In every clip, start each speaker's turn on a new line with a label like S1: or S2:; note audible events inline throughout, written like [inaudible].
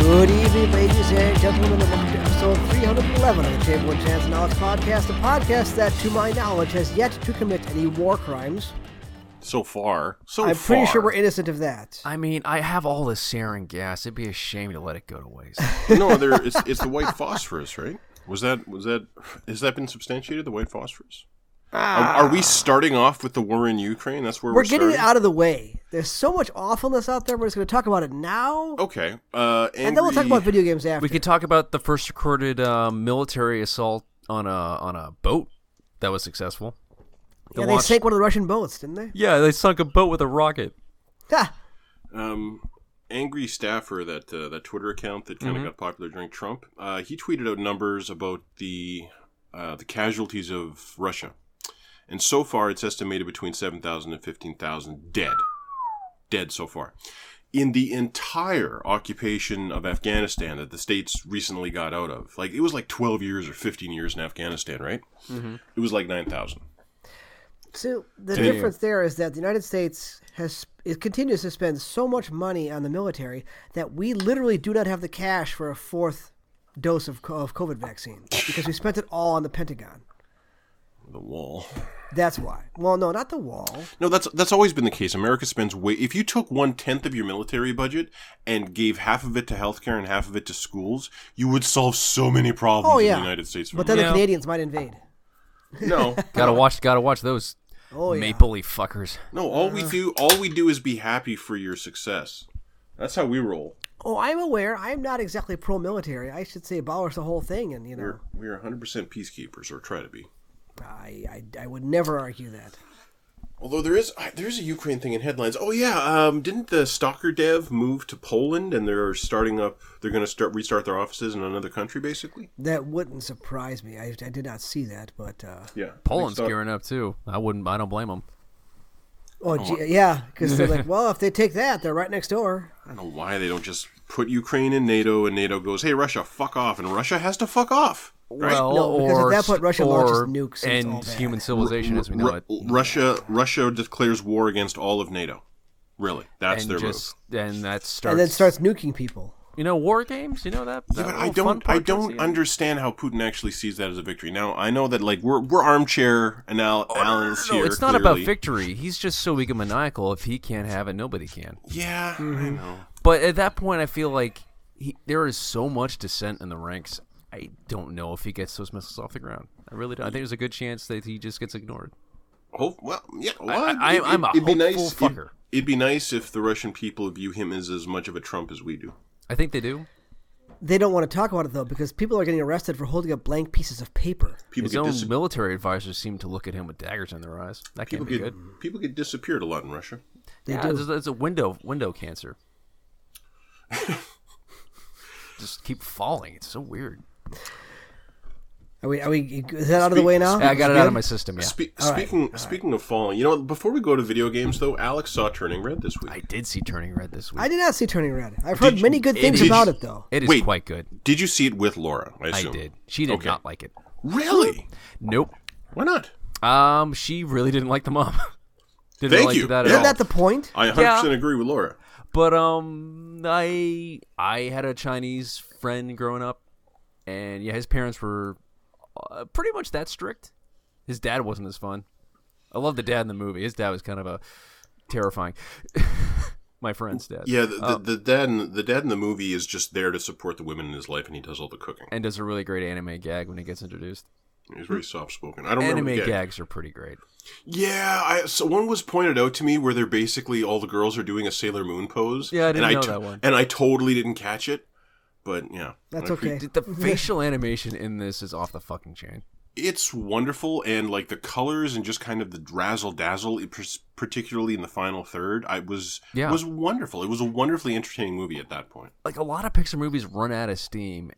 S1: Good evening, ladies and gentlemen, and welcome to episode 311 of the Table and Chance and Alex podcast, a podcast that, to my knowledge, has yet to commit any war crimes.
S2: So far, so
S1: I'm pretty
S2: far.
S1: sure we're innocent of that.
S3: I mean, I have all this sarin gas. It'd be a shame to let it go to waste. [laughs]
S2: [laughs] no, there. It's, it's the white phosphorus, right? Was that was that has that been substantiated? The white phosphorus. Are, are we starting off with the war in Ukraine? That's where
S1: Ah. we're
S2: we're,
S1: getting it
S2: starting?
S1: out of the way. There's so much awfulness out there. We're just going to talk about it now,
S2: Okay. Uh, angry,
S1: and then we'll talk about video games after.
S3: Oh, we could talk about the first recorded uh, military assault on a on a boat that was successful.
S1: yeah,
S3: The
S1: they
S3: launch-
S1: sank one of the Russian boats, didn't they?
S3: Yeah, they sunk a boat with a rocket.
S1: Ha!
S2: um, angry staffer that uh, that Twitter account that kind of got popular during Trump. Uh, he tweeted out numbers about the uh, the casualties of Russia, and so far it's estimated between seven thousand and fifteen thousand dead, dead so far. in the entire occupation of Afghanistan that the states recently got out of. Like it was like 12 years or 15 years in Afghanistan, right? It was like 9,000.
S1: So the
S2: Continue.
S1: difference there is that the United States has it continues to spend so much money on the military that we literally do not have the cash for a fourth dose of, co- of COVID vaccine because we spent it all on the Pentagon.
S2: The wall.
S1: That's why. Well, no, not the wall.
S2: No, that's that's always been the case. America spends way. If you took one tenth of your military budget and gave half of it to healthcare and half of it to schools, you would solve so many problems
S1: Oh
S2: in
S1: yeah,
S2: the United States. of
S1: But then the
S3: Yeah.
S1: Canadians might invade. [laughs]
S2: America. no,
S3: Gotta watch. Gotta watch those
S1: Oh yeah.
S3: maple leaf fuckers.
S2: no. All we do, all we do, is be happy for your success. That's how we roll.
S1: Oh, I'm aware. I'm not exactly pro-military. I should say abolish the whole thing, and you know,
S2: We're we're 100% peacekeepers, or try to be.
S1: I, I I would never argue that.
S2: Although there is I- there is a Ukraine thing in headlines. Oh yeah, um, didn't the stalker dev move to Poland and they're starting up? They're going to start restart their offices in another country, basically.
S1: That wouldn't surprise me. I, I did not see that, but uh,
S2: Yeah,
S3: Poland's
S2: They start-
S3: gearing up too. I wouldn't. I don't blame them.
S1: oh, gee, yeah, because they're like, well, if they take that, they're right next door.
S2: I don't know why they don't just put Ukraine in NATO and NATO goes, hey Russia, fuck off, and Russia has to fuck off. Right?
S3: Well,
S1: No, because at
S3: or
S1: that point, Russia launches
S3: or
S1: nukes and it's all
S3: and
S1: bad.
S3: human civilization as we know
S2: Ru-
S3: it.
S2: Russia Russia declares war against all of NATO. Really, that's
S3: And
S2: their
S3: just and that starts.
S1: And then starts nuking people.
S3: You know, war games. You know that.
S2: move.
S3: that
S2: Yeah, but I
S3: little fun
S2: don't I
S3: part towards
S2: don't
S3: the end?
S2: understand how Putin actually sees that as a victory. Now I know that like we're we're armchair anal- analysts
S3: Oh, No,
S2: here.
S3: it's not about
S2: clearly.
S3: victory. He's just so egomaniacal. If he can't have it, nobody can.
S2: Yeah, I
S3: Mm-hmm.
S2: know.
S3: But at that point, I feel like he, there is so much dissent in the ranks. I don't know if he gets those missiles off the ground. I really don't. I think there's a good chance that he just gets ignored.
S2: Hope well, yeah. Well,
S3: I-
S2: it-
S3: I'm a
S2: it'd be
S3: hopeful
S2: nice,
S3: fucker.
S2: It, would be nice if the Russian people view him as as much of a Trump as we do.
S3: I think they do.
S1: They don't want to talk about it though because people are getting arrested for holding up blank pieces of paper.
S2: People
S3: His
S2: get
S3: own
S2: dis-
S3: military advisors seem to look at him with daggers in their eyes. That
S2: people
S3: can't be
S2: get
S3: good.
S2: people get disappeared a lot in Russia.
S1: They
S3: yeah,
S1: do.
S3: It's, it's a window
S2: [laughs]
S3: window cancer. just keep falling. It's so weird.
S1: Are we? Are we? Is that out of the way now?
S3: Yeah, I got it out of my
S1: Uh-huh. Good?
S3: system. Yeah,
S2: Spe- speaking speaking of falling, you know, before we go to video games though, Alex saw Turning Red this week.
S3: I did see Turning Red this week.
S1: I did not see Turning Red. I've heard
S2: you-
S1: many good things
S2: did
S1: about
S2: you-
S1: it though.
S3: it is
S2: Wait.
S3: quite good.
S2: did you see it with Laura? I,
S3: I
S2: assume.
S3: did. Hmm. She did
S2: Okay.
S3: not like it.
S2: Really?
S3: Nope.
S2: Why not?
S3: Um, she really didn't like the mom. [laughs] didn't
S2: Thank
S3: like
S2: you.
S3: that at
S2: Yeah.
S1: Isn't
S3: all.
S1: that the point?
S2: I 100% agree with Laura.
S3: But um, I I had a Chinese friend growing up, and yeah, his parents were uh, pretty much that strict. His dad wasn't as fun. I love the dad in the movie. His dad was kind of a terrifying. [laughs] My friend's dad.
S2: Yeah, the, the, the dad in, the dad in the movie is just there to support the women in his life, and he does all the cooking.
S3: And does a really great anime gag when he gets introduced.
S2: He's very soft spoken. I don't remember the
S3: Anime
S2: gag.
S3: gags are pretty great.
S2: Yeah, I, so one was pointed out to me where they're basically all the girls are doing a Sailor Moon pose.
S3: Yeah, I didn't
S2: and
S3: know
S2: to-
S3: that one.
S2: And I totally didn't catch it, but yeah,
S1: That's
S2: I appre-
S1: okay.
S3: The facial animation in this is off the fucking chain.
S2: It's wonderful, and like the colors and just kind of the razzle dazzle, it pers- particularly in the final third, I was
S3: Yeah.
S2: was wonderful. It was a wonderfully entertaining movie at that point.
S3: like a lot of Pixar movies run out of steam,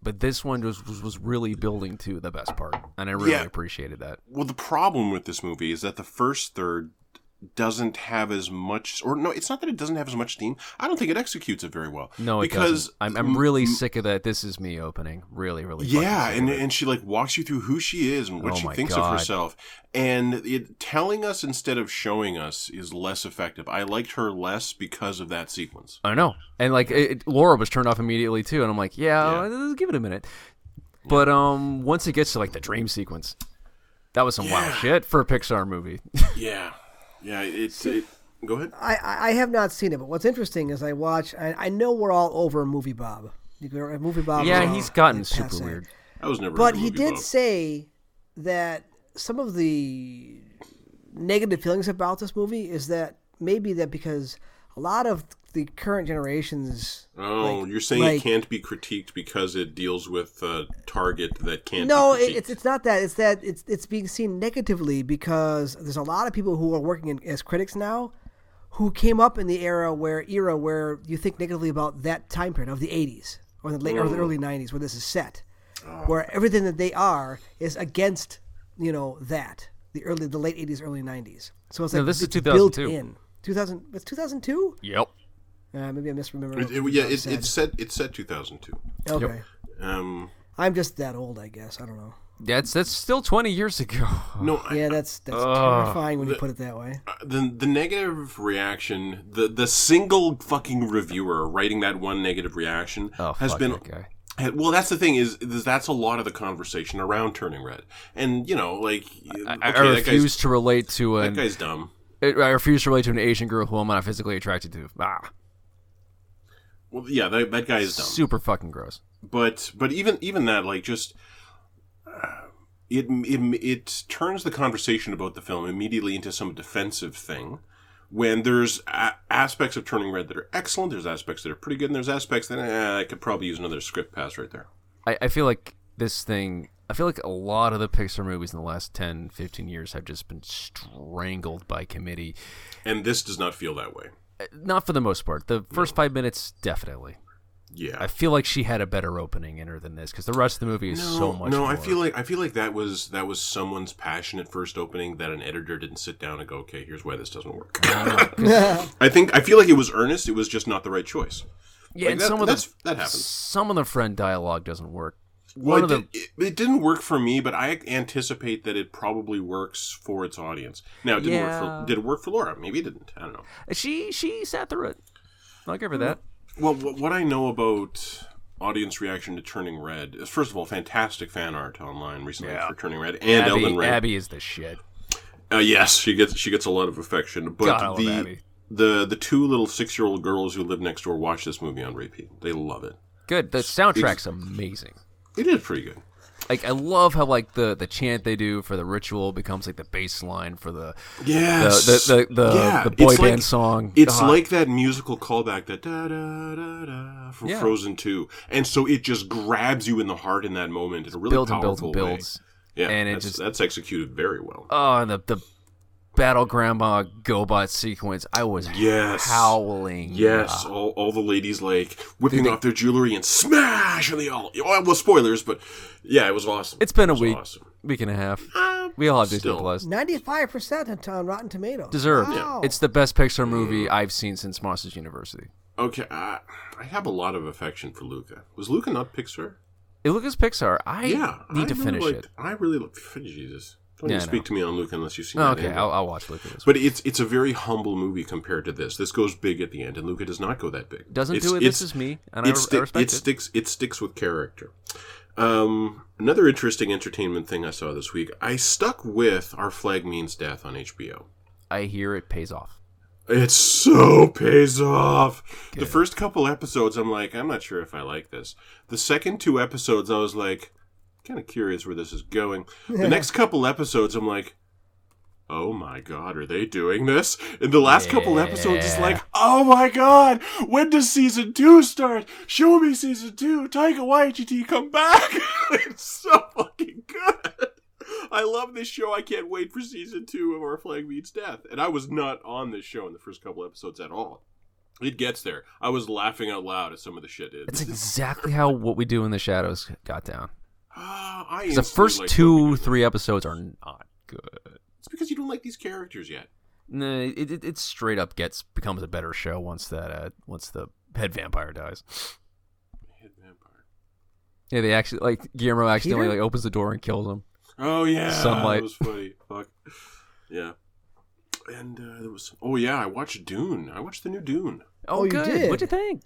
S3: but this one was was, was really building to the best part, and I really
S2: Yeah.
S3: appreciated that.
S2: Well, the problem with this movie is that the first third doesn't have as much, or no, it's not that it doesn't have as much steam. I don't think it executes it very well.
S3: No, it
S2: because
S3: doesn't. I'm, I'm really sick of that. This is me opening. Really, really. fucking
S2: yeah,
S3: sick
S2: and
S3: of it.
S2: and she like walks you through who she is and what
S3: Oh
S2: she
S3: my
S2: thinks of
S3: God.
S2: herself, and it, telling us instead of showing us is less effective. I liked her less because of that sequence.
S3: I know. And like it, it- Laura was turned off immediately too, and I'm like, yeah,
S2: Yeah.
S3: let's give it a minute. But um, once it gets to like the dream sequence, that was some wild shit for a Pixar movie. [laughs]
S2: Yeah, yeah. It's it, go ahead.
S1: I, I I have not seen it, but what's interesting is I watch. I, I know we're all over Movie Bob. You go- Movie Bob.
S3: yeah,
S1: is all
S3: he's
S2: "Oh,
S3: gotten
S1: in
S3: super
S1: passe.
S3: weird.
S2: I was never.
S1: But
S2: into
S1: he
S2: Movie
S1: did
S2: Bob.
S1: say that some of the negative feelings about this movie is that maybe that because a lot of the current generations
S2: Oh,
S1: like-
S2: you're saying
S1: like-
S2: it can't be critiqued because it deals with a target that can't.
S1: No,
S2: be
S1: it,
S2: critiqued.
S1: it's it's not that. It's that it's it's being seen negatively because there's a lot of people who are working in, as critics now, who came up in the era where era where you think negatively about that time period of the 80s or the late or the
S2: Mm.
S1: early 90s where this is set,
S2: Oh.
S1: where everything that they are is against you know that the early the late 80s early 90s. So it's like
S3: No, this is
S1: it's built
S3: 2002.
S1: in 2000. It's 2002.
S3: Yep.
S1: Uh, maybe I misremember.
S2: It- it- yeah, it, it's set. It's set 2002.
S1: okay.
S2: Um,
S1: I'm just that old, I guess. I don't know.
S3: That's that's still 20 years ago.
S2: no, I- uh,
S1: Yeah, that's that's terrifying when you put it that way.
S2: the the negative reaction, the the single fucking reviewer writing that one negative reaction
S3: Oh,
S2: has
S3: fuck
S2: been
S3: that guy.
S2: And- Well, that's the thing is, is that's a lot of the conversation around turning red, and you know, like
S3: I,
S2: okay,
S3: I
S2: that
S3: refuse to relate to
S2: Guy's, that
S3: an
S2: guy's dumb.
S3: I refuse to relate to an Asian girl who I'm not physically attracted to. Ah,
S2: Well, yeah, that, that guy is dumb.
S3: super fucking gross.
S2: but but even even that like just uh, it, it it turns the conversation about the film immediately into some defensive thing when there's a- aspects of turning red that are excellent there's aspects that are pretty good and there's aspects that eh, i could probably use another script pass right there
S3: I, I feel like this thing I feel like a lot of the Pixar movies in the last 10, 15 years have just been strangled by committee.
S2: and this does not feel that way
S3: Uh, Not for the most part. The first five minutes, definitely.
S2: yeah
S3: I feel like she had a better opening in her than this because the rest of the movie is so much.
S2: no i
S3: more-
S2: feel like i feel like that was that was someone's passionate first opening that an editor didn't sit down and go okay here's why this doesn't work [laughs] i think i feel like it was earnest it was just not the right choice
S3: yeah,
S2: like
S3: and
S2: that-
S3: some of
S2: that's,
S3: the
S2: that happens
S3: some of the friend dialogue doesn't work.
S2: Well,
S3: One
S2: it,
S3: of
S2: did, it, it didn't work for me, but I anticipate that it probably works for its audience. Now, it didn't work
S3: Yeah.
S2: for did it work for Laura? Maybe it didn't. I don't know.
S3: She she sat through it. I'll give her that.
S2: Well, what, what I know about audience reaction to Turning Red is, first of all, fantastic fan art online recently
S3: Yeah.
S2: for Turning Red and Elden
S3: Abby,
S2: Ring.
S3: Abby is the shit.
S2: Uh, yes, she gets she gets a lot of affection. But
S3: God, I love
S2: the
S3: Abby.
S2: the the two little six year old girls who live next door watch this movie on repeat. They love it.
S3: Good. The soundtrack's amazing.
S2: It is pretty good.
S3: Like I love how like the the chant they do for the ritual becomes like the bass line for the the
S2: Yes.
S3: the, the, the,
S2: Yeah,
S3: the boy
S2: it's
S3: band
S2: like-
S3: song.
S2: It's
S3: God.
S2: like that musical callback that da da da da from
S3: Yeah.
S2: Frozen Two, and so it just grabs you in the heart in that moment in a really
S3: builds and builds
S2: powerful
S3: and builds.
S2: way. Yeah,
S3: and it
S2: that's,
S3: just-
S2: that's executed very well.
S3: Oh, and the the battle grandma GoBot sequence. I was
S2: Yes.
S3: howling.
S2: Yes, all, all the ladies like whipping off their jewelry and smash, and they all oh, well spoilers, but yeah, it was awesome.
S3: It's been a
S2: It was
S3: week,
S2: Awesome.
S3: week and a half.
S2: Um,
S3: We all have Disney
S2: still.
S3: Plus.
S1: Ninety-five percent on Rotten Tomatoes.
S3: Deserved.
S1: Wow.
S3: It's the best Pixar movie I've seen since Monsters University.
S2: Okay, I, I have a lot of affection for Luca. Was Luca not Pixar?
S3: It look is Pixar. I
S2: yeah,
S3: need
S2: I
S3: to
S2: really
S3: finish
S2: liked-
S3: it.
S2: I really love Jesus. Don't
S3: Yeah,
S2: you
S3: I
S2: speak
S3: know.
S2: to me on Luca unless you've seen.
S3: Oh,
S2: that
S3: okay,
S2: anyway.
S3: I'll, I'll watch Lucas.
S2: But it's it's a very humble movie compared to this. This goes big at the end, and Luca does not go that big.
S3: Doesn't
S2: It's-
S3: do it.
S2: it's-
S3: This is me, and I, re-
S2: sti-
S3: I respect it.
S2: sticks. It sticks with character. Um, another interesting entertainment thing I saw this week. I stuck with "Our Flag Means Death" on HBO.
S3: I hear it pays off.
S2: It so pays off. The first couple episodes, I'm like, I'm not sure if I like this. The second two episodes, I was like, kind of curious where this is going.
S3: [laughs]
S2: The next couple episodes, I'm like, oh my god, are they doing this? And the last couple episodes, it's like, oh my god, when does season two start? Show me season two. Taika Waititi, come back. [laughs] it's so fucking good. I love this show. I can't wait for season two of Our Flag Means Death. And I was not on this show in the first couple episodes at all. It gets there. I was laughing out loud at some of the shit. It,
S3: It's exactly how what we do in the shadows got down.
S2: Ah, [gasps] I
S3: 'Cause The
S2: instantly
S3: first
S2: liked what we
S3: two,
S2: did.
S3: three episodes are not good.
S2: It's because you don't like these characters yet.
S3: Nah, it, it, it straight up gets becomes a better show once that uh, once the head vampire dies.
S2: Hit vampire.
S3: Yeah, they actually like Guillermo accidentally
S1: Peter?
S3: like opens the door and kills him.
S2: Oh yeah,
S3: Sunlight.
S2: That was funny. Fuck. Yeah. And uh, there was. Oh yeah, I watched Dune. I watched the new Dune.
S1: Oh, you
S3: good.
S1: did?
S3: What'd you think?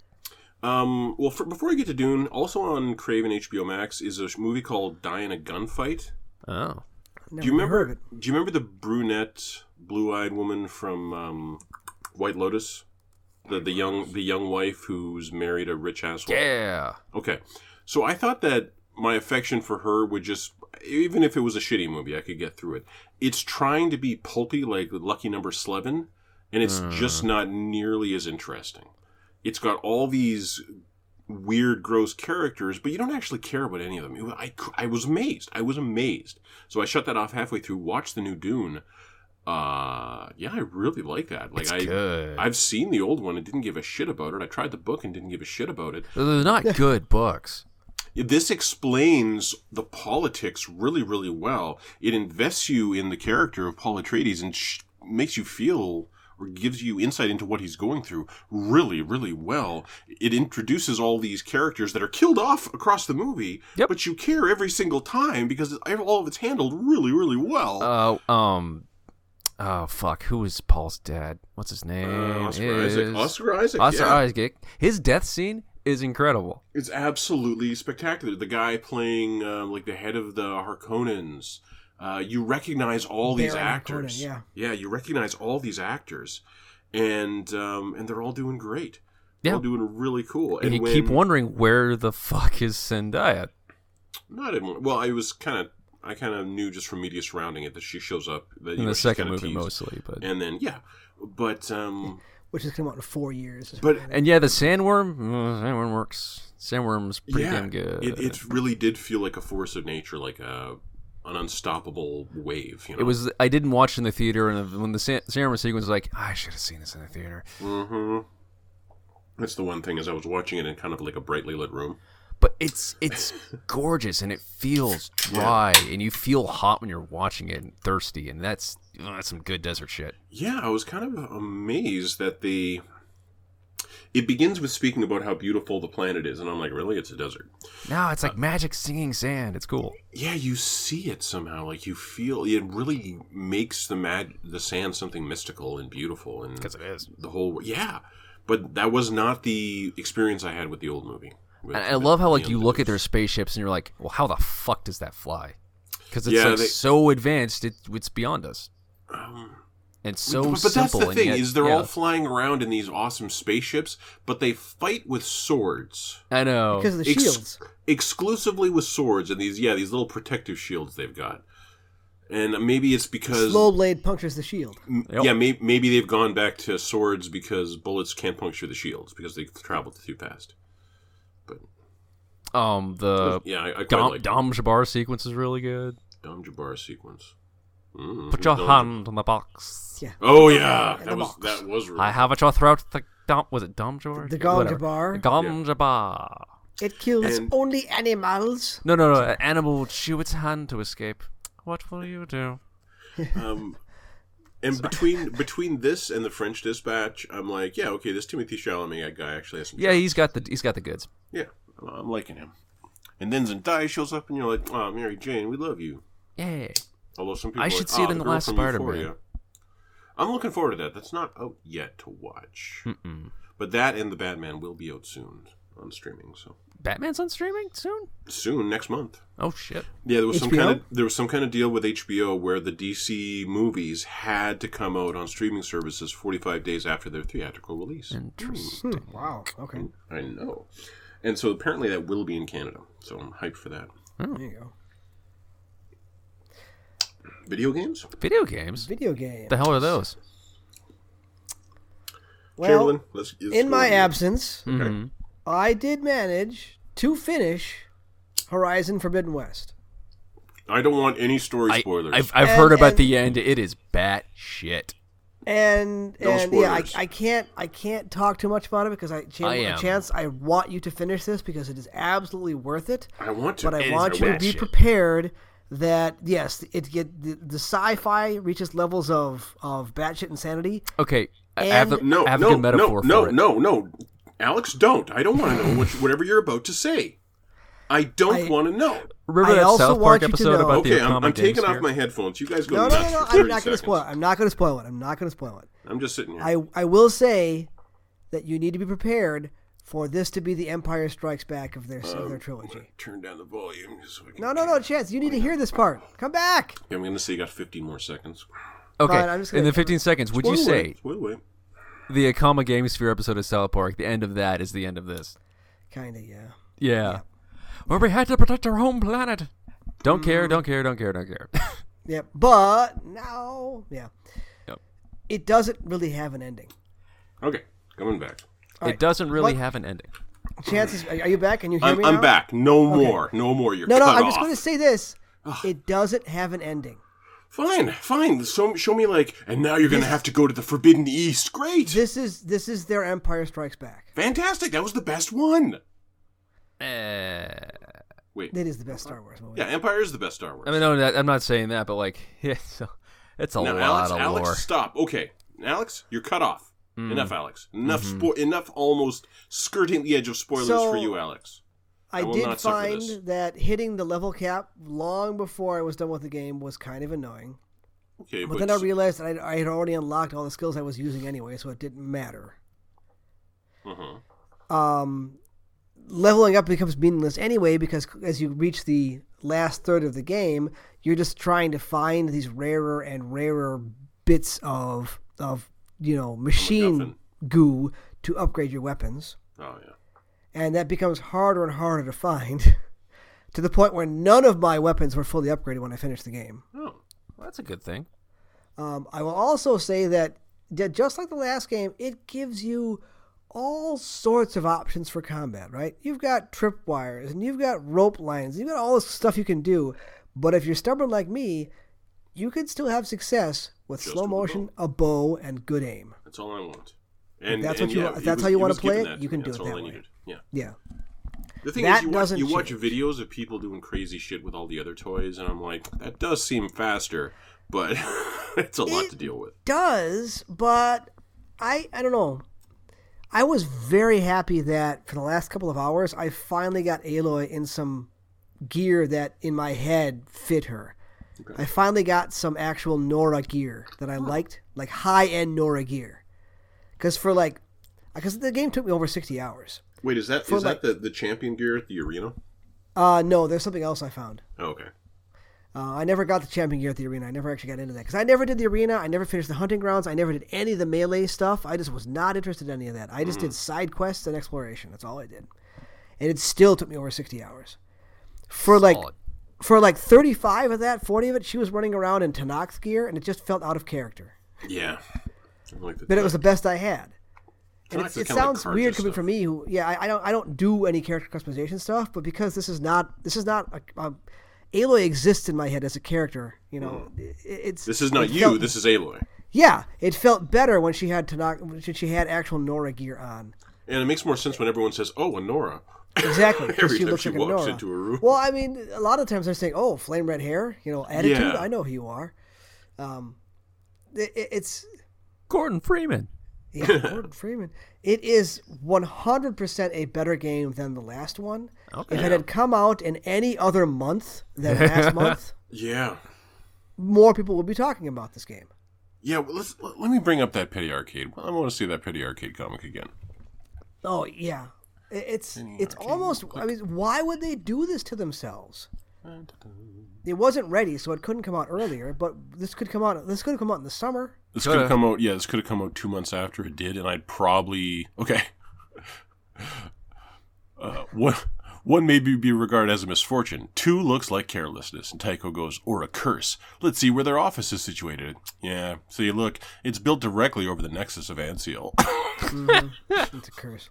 S2: Um, well, for, before I get to Dune, also on Crave and HBO Max is a sh- movie called Die in a Gunfight.
S3: Oh,
S1: Never
S2: Do you remember?
S1: heard of it.
S2: Do you remember the brunette, blue-eyed woman from um, White Lotus? The the young the young wife who's married a rich asshole.
S3: yeah.
S2: Okay, so I thought that my affection for her would just, even if it was a shitty movie, I could get through it. It's trying to be pulpy like Lucky Number Eleven, and it's just
S3: Hmm.
S2: not nearly as interesting. It's got all these weird, gross characters, but you don't actually care about any of them. It wa- I, cou- I was amazed. I was amazed. So I shut that off halfway through. Watched the new Dune. Uh, yeah, I really like that. Like
S3: It's
S2: I,
S3: good.
S2: I've seen the old one and didn't give a shit about it. I tried the book and didn't give a shit about it.
S3: They're not good books.
S2: This explains the politics really, really well. It invests you in the character of Paul Atreides and sh- makes you feel or gives you insight into what he's going through really, really well. It introduces all these characters that are killed off across the movie,
S3: Yep.
S2: but you care every single time because it- all of it's handled really, really well.
S3: Uh, um, oh fuck, who is Paul's dad? What's his name?
S2: Uh, Oscar
S3: is...
S2: Isaac. Oscar Isaac.
S3: Oscar
S2: yeah.
S3: Isaac. His death scene is incredible.
S2: It's absolutely spectacular. The guy playing uh, like the head of the Harkonnens, uh, you recognize all these
S1: Baron Harkonnen,
S2: actors.
S1: yeah.
S2: you recognize all these actors, and um, and they're all doing great. They're
S3: Yeah.
S2: all doing really cool.
S3: And
S2: And
S3: you
S2: when,
S3: keep wondering where the fuck is Zendaya.
S2: Not in, well, I was kind of I kind of knew just from media surrounding it that she shows up that, you
S3: in
S2: know,
S3: the
S2: she's
S3: second
S2: kinda
S3: movie
S2: teased.
S3: mostly. But and,
S2: And then yeah, but um,
S1: Which is coming out in four years.
S2: but
S3: yeah, the sandworm, mm, sandworm works. Sandworm's pretty damn good.
S2: It, it really did feel like a force of nature, like a an unstoppable wave. You know?
S3: It was. I didn't watch in the theater, and when the sa- sandworm sequence was like, "Ah, I should have seen this in the theater.
S2: hmm That's the one thing is I was watching it in kind of like a brightly lit room.
S3: But it's
S2: [laughs]
S3: it's gorgeous, and it feels dry, and you feel hot when you're watching it, and thirsty, and that's ugh, that's some good desert shit.
S2: Yeah, I was kind of amazed that the. It begins with speaking about how beautiful the planet is, and I'm like, really? It's a desert.
S3: No, it's
S2: Uh,
S3: like magic singing sand. It's cool.
S2: Yeah, you see it somehow. Like you feel it really makes the mad the sand something mystical and beautiful, and
S3: Because it is.
S2: the whole yeah. But that was not the experience I had with the old movie. With-
S3: And I love how like
S2: with
S3: you
S2: the
S3: look at
S2: others.
S3: their spaceships, and you're like, well, how the fuck does that fly? Because it's
S2: Yeah,
S3: like
S2: they-
S3: so advanced, it, it's beyond us.
S2: Um,
S3: and so
S2: but, but
S3: simple.
S2: that's the
S3: and
S2: thing
S3: yet-
S2: is they're
S3: yeah.
S2: all flying around in these awesome spaceships, but they fight with swords.
S3: I know.
S1: because of the
S2: Ex-
S1: shields.
S2: exclusively with swords and these yeah these little protective shields they've got and maybe it's because
S1: Slow blade punctures the shield.
S2: m-
S3: Yep.
S2: yeah may- maybe they've gone back to swords because bullets can't puncture the shields because they've traveled too fast
S3: um, the
S2: yeah i, I quite
S3: Dom,
S2: like Mm-hmm.
S3: Dom Jabbar sequence is really good.
S2: dom jabbar sequence Mm,
S3: Put your
S2: Dom-
S3: hand on the box.
S1: Yeah.
S2: oh yeah
S1: In the
S2: that was
S1: box.
S2: that was really
S3: I have at your throat. The Dom was it Dom Jabbar?
S1: The Dom
S3: Whatever.
S1: Jabbar.
S3: The Dom Jabbar.
S1: It kills
S2: And-
S1: only animals.
S3: No, no, no. An animal will chew its hand to escape. What will you do? [laughs]
S2: um, and between between this and the french dispatch i'm like yeah okay this timothy chalamet guy actually has some
S3: Yeah, he's got the he's got the goods.
S2: yeah I'm- i'm liking him and then zendaya shows up and you're like oh mary jane we love you
S3: Yeah.
S2: Although some people,
S3: I
S2: are like,
S3: should see it
S2: "Ah,
S3: in the
S2: girl
S3: last
S2: from
S3: Spider-Man."
S2: Euphoria." I'm looking forward to that. That's not out yet to watch,
S3: Mm-mm.
S2: but that and the Batman will be out soon on streaming. So
S3: Batman's on streaming soon.
S2: soon, next month.
S3: Oh shit.
S2: Yeah, there was some
S1: HBO?
S2: kind of there was some kind of deal with HBO where the DC movies had to come out on streaming services 45 days after their theatrical release.
S3: Interesting.
S1: Hmm, wow. Okay.
S2: I know, and so apparently that will be in Canada. So I'm hyped for that.
S1: There you go.
S2: Video games,
S3: Video games.
S1: Video game.
S3: The hell are those?
S1: Well,
S2: Chamberlain. Let's, let's
S1: in
S2: go
S1: my
S2: with you.
S1: absence,
S3: Mhm.
S1: I did manage to finish Horizon Forbidden West.
S2: I don't want any story
S3: I,
S2: spoilers.
S3: I've, I've
S1: And-
S3: heard about
S1: and-
S3: the end. It is bat shit.
S1: And
S2: No
S1: and yeah, I,
S2: spoilers.
S1: I can't I can't talk too much about it because I, Chan-
S3: I am.
S1: chance I want you to finish this because it is absolutely worth it.
S2: I want to.
S1: But I
S3: is
S1: want you to
S3: wet
S1: be
S3: shit.
S1: prepared that yes, it get the, the sci-fi reaches levels of of batshit insanity.
S3: Okay, I have, the,
S1: And-
S2: No,
S3: I have a
S2: no,
S3: good
S2: no,
S3: metaphor for
S2: no,
S3: it.
S2: no, no. Alex, don't. I don't want to know what, whatever you're about to say. I don't
S1: I-
S2: want to know.
S3: Remember
S1: I
S3: that
S1: also
S3: South
S1: want
S3: Park
S1: you to
S3: episode
S1: know-
S3: about
S2: Okay,
S3: the
S2: I'm, I'm
S3: Atomic
S2: taking
S3: Games
S2: off
S3: here?
S2: my headphones. You guys go
S1: No, no,
S2: nuts
S1: no, no.
S2: for
S1: I'm
S2: 30
S1: not going to
S2: seconds.
S1: spoil it. I'm not going to spoil it. I'm not going to spoil it.
S2: I'm just sitting here.
S1: I I will say that you need to be prepared for this to be the Empire Strikes Back of their of
S2: Oh,
S1: their trilogy.
S2: Turn down the volume. So I can
S1: No, no, no, Chance, you need
S2: Oh,
S1: to hear this part. Come back.
S2: Okay, I'm going to say you got 15 more seconds.
S3: Okay,
S1: Fine, I'm just
S3: in
S1: gonna-
S3: the 15 seconds, would you
S2: Spoil
S3: say
S2: it. Spoil it.
S3: the Akama Gamesphere episode of South Park, the end of that is the end of this?
S1: Kind of, yeah.
S3: Yeah. Where we had to protect our home planet. Don't
S1: Mm-hmm.
S3: care, don't care, don't care, don't care.
S1: Yep. But now, yeah.
S3: Yep.
S1: It doesn't really have an ending.
S2: Okay, coming back.
S3: It doesn't really
S1: What-
S3: have an ending.
S1: Chances, are are you back? Can you hear
S2: I'm,
S1: me?
S2: I'm
S1: now?
S2: back. No more. No more. You're
S1: No,
S2: cut
S1: no. I'm
S2: off.
S1: just going to say this. It doesn't have an ending.
S2: Fine, fine. So, show me like, and now you're going to have to go to the Forbidden East. Great.
S1: This is this is their Empire Strikes Back.
S2: Fantastic. That was the best one.
S3: Eh,
S2: Wait.
S1: It is the best Star Wars movie.
S2: Yeah, Empire is the best Star Wars.
S3: I mean, no, that, I'm not saying that, but like, [laughs] yeah, so, it's a
S2: now,
S3: lot
S2: Alex,
S3: of
S2: Alex,
S3: lore. Hmm.
S2: stop. Okay, Alex, you're cut off. Enough, Alex. Enough.
S3: Mm-hmm.
S2: Spo- enough. Almost skirting the edge of spoilers
S1: So-
S2: for you, Alex. I
S1: I
S2: will
S1: did
S2: not suffer
S1: find
S2: this.
S1: that hitting the level cap long before I was done with the game was kind of annoying.
S2: Okay,
S1: But then I realized that I, I had already unlocked all the skills I was using anyway, so it didn't matter.
S2: uh-huh.
S1: Um, leveling up becomes meaningless anyway because as you reach the last third of the game, you're just trying to find these rarer and rarer bits of of you know machine goo to upgrade your weapons.
S2: Oh yeah.
S1: and that becomes harder and harder to find [laughs] to the point where none of my weapons were fully upgraded when I finished the game.
S2: Oh.
S3: Well, that's a good thing.
S1: Um, I will also say that, that just like the last game, it gives you all sorts of options for combat, right? You've got tripwires and you've got rope lines, you've got all this stuff you can do, but if you're stubborn like me, you can still have success with
S2: Just
S1: slow
S2: with a bow.
S1: motion, a bow, and good aim.
S2: That's all I want. And
S1: that's
S2: and
S1: what you
S2: yeah,
S1: want-
S2: it
S1: that's
S2: was-
S1: how you
S2: it
S1: wanna
S2: was
S1: play
S2: given
S1: it?
S2: that to
S1: You can
S2: me.
S1: do
S2: That's
S1: it
S2: all
S1: that
S2: I
S1: way.
S2: needed. Yeah.
S1: Yeah.
S2: The thing
S1: That
S2: is, you watch,
S1: doesn't
S2: you watch
S1: change.
S2: videos of people doing crazy shit with all the other toys, and I'm like, that does seem faster, but [laughs] it's a lot to deal with.
S1: does, but I I don't know. I was very happy that for the last couple of hours I finally got Aloy in some gear that in my head fit her. I finally got some actual Nora gear that I liked, like high end Nora gear. Cuz for like cuz the game took me over 60 hours.
S2: Wait, is that is
S1: like-
S2: that the, the champion gear at the arena?
S1: Uh no, there's something else I found.
S2: Oh, okay.
S1: Uh, I never got the champion gear at the arena. I never actually got into that because I never did the arena. I never finished the hunting grounds. I never did any of the melee stuff. I just was not interested in any of that. I just did side quests and exploration. That's all I did, and it still took me over sixty hours. For like,
S3: Solid.
S1: for like thirty-five of that, forty of it, she was running around in Tanakh gear, and it just felt out of character.
S2: Yeah. I like the
S1: But it was the best I had. And
S2: Tanakh
S1: it's,
S2: is
S1: it
S2: kinda like
S1: sounds
S2: card
S1: weird
S2: just
S1: coming
S2: stuff.
S1: from me, who yeah, I, I don't I don't do any character customization stuff, but because this is not this is not a, a, Aloy exists in my head as a character, you know. It, it's
S2: Hmm. This is not
S1: it
S2: you.
S1: felt-
S2: This is Aloy,
S1: yeah, it felt better when she had Tanakh when she had actual Nora gear on.
S2: and it makes more sense when everyone says, "Oh, Honora." [laughs]
S1: Exactly, 'cause
S2: Every
S1: she
S2: time
S1: looks
S2: she
S1: like
S2: walks
S1: a Nora.
S2: into a room.
S1: Well, I mean, a lot of times they're saying, "Oh, flame red hair," you know, attitude.
S2: Yeah.
S1: I know who you are. Um, it, it- it's
S3: Gordon Freeman.
S2: [laughs]
S1: Yeah, Gordon Freeman. It is 100% a better game than the last one. If it had come out in any other month than
S2: [laughs]
S1: last month,
S2: Yeah.
S1: more people would be talking about this game.
S2: Yeah. Well, let's let, let me bring up that pity arcade. I want to see that pity arcade comic again.
S1: Oh, yeah. I- It's it's almost I mean, why would they do this to themselves? It wasn't ready, so it couldn't come out earlier, but this could come out this could have come out in the
S2: [laughs]
S1: summer.
S2: This
S3: Coulda.
S2: could have come out. Yeah, this could have come out two months after it did, and I'd probably okay. [laughs] Uh, one, one may be be regarded as a misfortune. Two looks like carelessness, and Tycho goes, or a curse. Let's see where their office is situated. Yeah, see, look, it's built directly over the nexus of [coughs] Anseal.
S1: It's a curse.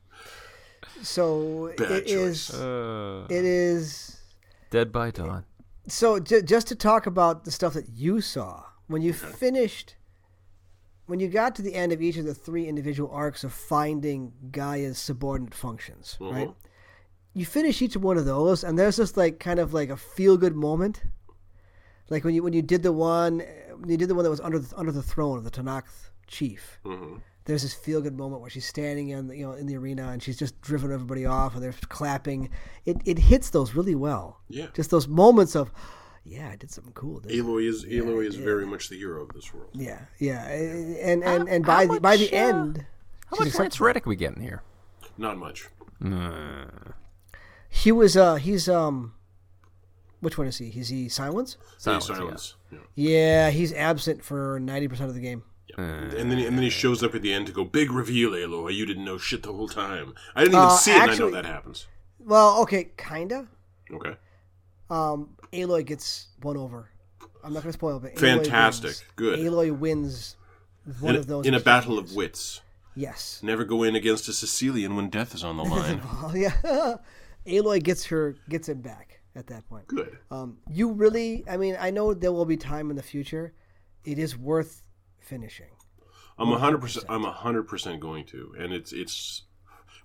S1: So
S2: Bad
S1: it
S2: choice.
S1: is
S3: Uh,
S1: it is
S3: Dead by Dawn.
S1: so j- just to talk about the stuff that you saw when you finished when you got to the end of each of the three individual arcs of finding Gaia's subordinate functions, right? You finish each one of those, and there's this like kind of like a feel good moment Like when you when you did the one when you did the one that was under the, under the throne of the Tanakh chief.
S2: Mm-hmm.
S1: There's this feel good moment where she's standing in the, you know in the arena and she's just driven everybody off and they're clapping. It it hits those really well.
S2: Yeah.
S1: Just those moments of, yeah, I did something cool. didn't I?"
S2: Aloy is
S1: Yeah,
S2: Aloy is
S1: yeah.
S2: very much the hero of this world.
S1: Yeah, yeah, and and
S3: How-
S1: and by
S3: how
S1: the, by
S3: much,
S1: the
S3: uh,
S1: end,
S3: How much Lance Reddick we getting here? Hmm.
S2: Not much.
S1: he was uh he's um, which one is he? Is he Silence?
S3: Silence, yeah.
S2: silence. Yeah.
S1: Yeah, he's absent for ninety percent of the game.
S2: And then
S1: Uh,
S2: and then he shows up at the end to go big reveal, Aloy. You didn't know shit the whole time. I didn't even
S1: Uh,
S2: see it. And I
S1: actually-
S2: know that happens.
S1: Well, okay, kinda.
S2: Okay.
S1: Um, Aloy gets one over. I'm not gonna spoil, but Aloy
S2: Fantastic.
S1: wins.
S2: Good.
S1: Aloy wins one
S2: In a,
S1: of those
S2: in a battle of
S1: exchanges.
S2: wits,
S1: Yes. [laughs]
S2: never go in against a Sicilian when death is on the line.
S1: Oh yeah. [laughs] Aloy gets her gets him back at that point.
S2: Good.
S1: Um, you really, I mean, I know there will be time in the future. It is worth finishing.
S2: I'm a hundred percent. I'm a hundred percent going to, and it's it's.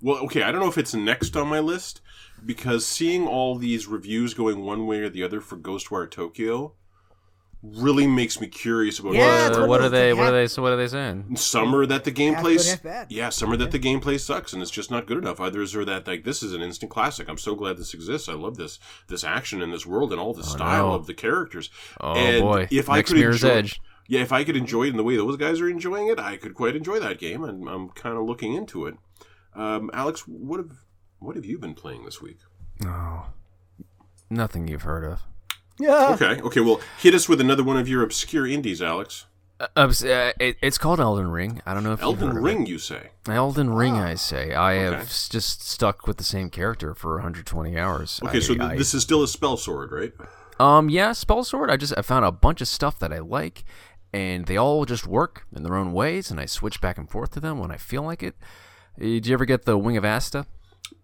S2: Well, okay. I don't know if it's next on my list because seeing all these reviews going one way or the other for Ghostwire Tokyo really makes me curious about.
S1: Yeah,
S2: Ghostwire
S1: it's
S3: Uh,
S1: one of
S3: what are
S1: those
S3: they?
S1: that
S3: What are
S1: hap-
S3: they? So what are they saying?
S2: some are that the gameplay
S1: good, half bad.
S2: yeah some are that the gameplay sucks and it's just not good enough others are that like this is an instant classic i'm so glad this exists i love this this action in this world and all the style
S3: no.
S2: of the characters
S3: Oh
S2: and
S3: boy!
S2: if
S3: Next
S2: i could
S3: Mirror's
S2: enjoy,
S3: Edge.
S2: yeah if i could enjoy it in the way those guys are enjoying it i could quite enjoy that game and i'm kind of looking into it um, alex what have what have you been playing this week
S3: No, nothing you've heard of. Ah.
S1: Yeah.
S2: okay okay well hit us with another one of your obscure indies alex
S3: Uh, obs- uh, it, it's called Elden Ring. I don't know if you've
S2: elden
S3: heard of
S2: ring you say
S3: it. Elden Ring. I say I have
S2: Okay.
S3: s- just stuck with the same character for 120 hours.
S2: okay
S3: I-
S2: so th-
S3: I-
S2: this is still a spell sword right
S3: Um, yeah, spell sword. I just I found a bunch of stuff that I like, and they all just work in their own ways, and I switch back and forth to them when I feel like it. Uh, Did you ever get the Wing of Asta?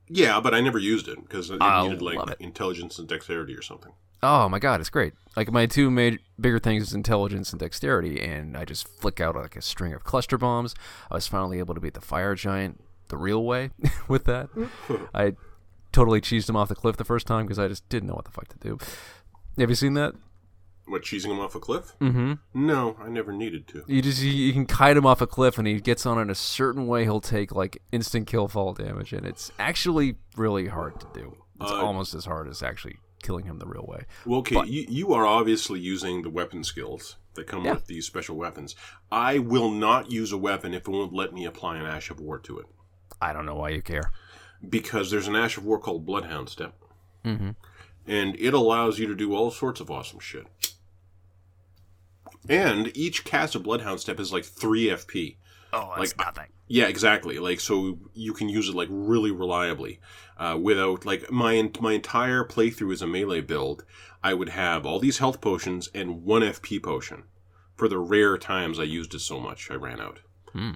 S2: Yeah, but I never used it because it
S3: I
S2: needed like
S3: love it.
S2: intelligence and dexterity or something.
S3: Oh my god, it's great! Like my two made bigger things is intelligence and dexterity, and I just flick out like a string of cluster bombs. I was finally able to beat the fire giant the real way [laughs] with that. I totally cheesed him off the cliff the first time because I just didn't know what the fuck to do. Have you seen that?
S2: What cheesing him off a cliff?
S3: Mm-hmm.
S2: No, I never needed to.
S3: You just you, you can kite him off a cliff, and he gets on it a certain way. He'll take like instant kill fall damage, and it's actually really hard to do. It's
S2: Uh,
S3: almost as hard as actually killing him the real way.
S2: Well, okay, you, you are obviously using the weapon skills that come
S3: Yeah.
S2: with these special weapons. I will not use a weapon if it won't let me apply an Ash of War to it
S3: I don't know why you care.
S2: because there's an Ash of War called Bloodhound Step,
S3: Mm-hmm.
S2: and it allows you to do all sorts of awesome shit. And each cast of Bloodhound Step is like three FP.
S3: Oh,
S2: that's
S3: nothing.
S2: Yeah, exactly. Like so, you can use it like really reliably, uh, without like my my entire playthrough as a melee build. I would have all these health potions and one FP potion for the rare times I used it so much. I ran out. hmm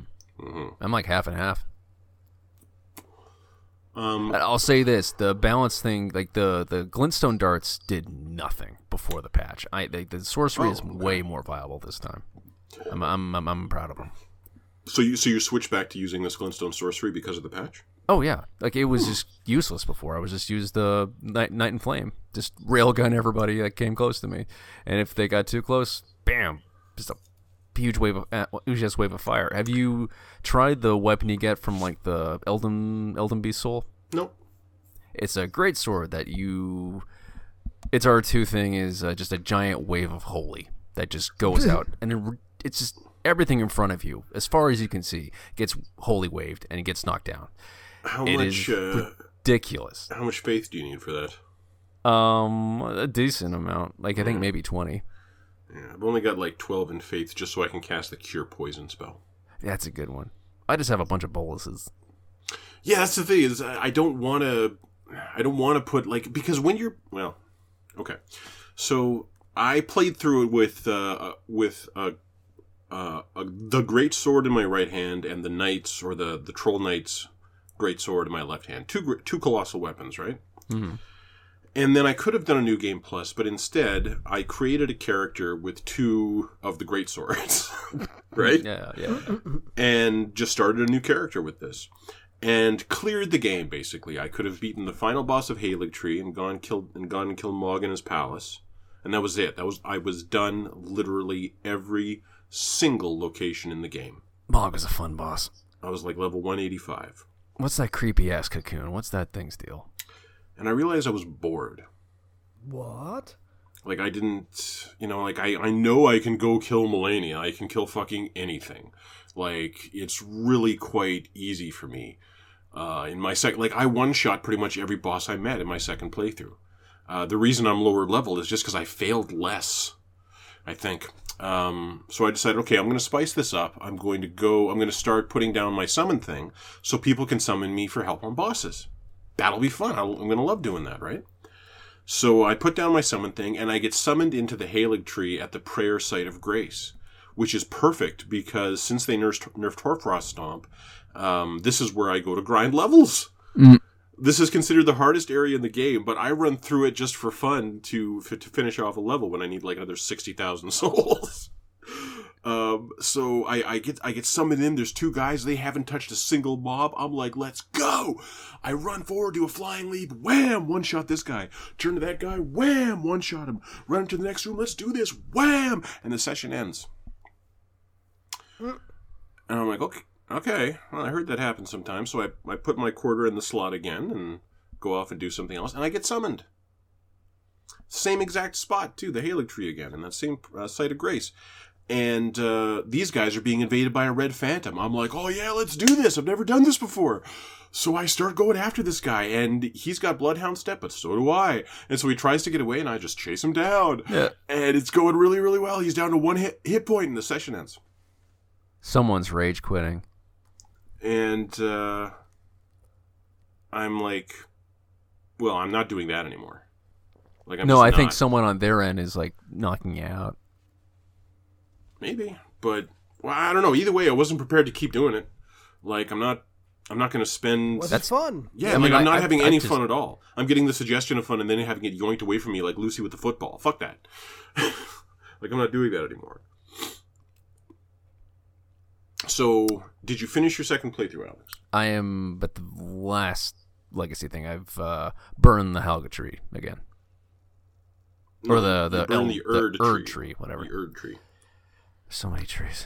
S3: I'm like half and half.
S2: Um,
S3: And I'll say this: the balance thing, like the the glintstone darts, did nothing before the patch. I they, the sorcery is
S2: Oh, okay.
S3: way more viable this time. I'm I'm I'm, I'm proud of them.
S2: so you so you switch back to using this glintstone sorcery because of the patch.
S3: Oh yeah, like it was just useless before. I was just used the night, night and flame, just railgun everybody that came close to me, and if they got too close, bam, just a huge wave of uh, just wave of fire. Have you tried the weapon you get from like the Elden Elden Beast Soul?
S2: Nope.
S3: It's a great sword that you. Its R two thing is uh, just a giant wave of holy that just goes out, and it, re- it's just everything in front of you, as far as you can see, gets holy waved and it gets knocked down
S2: How
S3: It
S2: much
S3: is
S2: uh,
S3: ridiculous.
S2: how much faith do you need for that?
S3: Um, a decent amount. Like I think maybe twenty.
S2: Yeah, I've only got like twelve in faith just so I can cast the cure poison spell.
S3: That's a good one. I just have a bunch of boluses.
S2: Yeah, that's the thing is I I don't want to. I don't want to put like because when you're well, okay. So I played through it with uh, with uh, uh, uh, the great sword in my right hand and the knights or the the troll knights great sword in my left hand. Two gr- two colossal weapons, right? And then I could have done a new game plus, but instead I created a character with two of the great swords, [laughs] right?
S3: Yeah, yeah.
S2: and just started a new character with this and cleared the game basically i could have beaten the final boss of halig tree and gone killed and gone and killed mog in his palace and that was it. That was I was done literally every single location in the game.
S3: Bog is a fun boss.
S2: I was like level 185,
S3: What's that creepy ass cocoon? What's that thing's deal?
S2: and I realized I was bored.
S1: What?
S2: Like I didn't, you know, like I I know I can go kill Melania. I can kill fucking anything. Like it's really quite easy for me. Uh, in my sec, like I one shot pretty much every boss I met in my second playthrough. Uh, the reason I'm lower level is just because I failed less, I think. Um, so I decided, okay, I'm going to spice this up. I'm going to go. I'm going to start putting down my summon thing so people can summon me for help on bosses. That'll be fun. I'll, I'm going to love doing that, right? So I put down my summon thing and I get summoned into the Halig tree at the prayer site of grace, which is perfect because since they nerfed, nerfed Horfrost Stomp, um, this is where I go to grind levels. This is considered the hardest area in the game, but I run through it just for fun to f- to finish off a level when I need like another sixty thousand [laughs] souls. um, so I, I get I get summoned in. There's two guys. They haven't touched a single mob. I'm like, let's go. I run forward, do a flying leap, wham, one shot this guy. Turn to that guy, wham, one shot him. Run into the next room, let's do this, wham, and the session ends. And I'm like, okay, okay. Well, I heard that happen sometimes, so I, I put my quarter in the slot again and go off and do something else, and I get summoned. Same exact spot too, the Halig tree again, and that same uh, site of grace. And uh, these guys are being invaded by a red phantom. I'm like, oh yeah, let's do this. I've never done this before. So I start going after this guy, and he's got Bloodhound Step, but so do I. And so he tries to get away, and I just chase him down.
S3: Yeah.
S2: And it's going really, really well. He's down to one hit, hit point, and the session ends.
S3: Someone's rage quitting.
S2: and uh, I'm like, well, I'm not doing that anymore. Like, I'm just
S3: no, I think
S2: not.
S3: someone on their end is like knocking you out.
S2: Maybe, but well, I don't know. Either way, I wasn't prepared to keep doing it. Like, I'm not, I'm not going to spend.
S1: Was
S3: That's-
S1: fun.
S2: yeah,
S3: I mean,
S2: like I'm
S3: I-
S2: not
S3: I-
S2: having
S3: I
S2: any
S3: just-
S2: fun at all. I'm getting the suggestion of fun and then having it yoinked away from me like Lucy with the football. Fuck that. [laughs] like I'm not doing that anymore. So, did you finish your second playthrough, Alex?
S3: I am, but the last legacy thing, I've uh, burned the Halga tree again, or the
S2: You
S3: the
S2: burned
S3: elm-
S2: the Erd
S3: Erd
S2: tree.
S3: tree, whatever.
S2: The Erd tree.
S3: So many trees.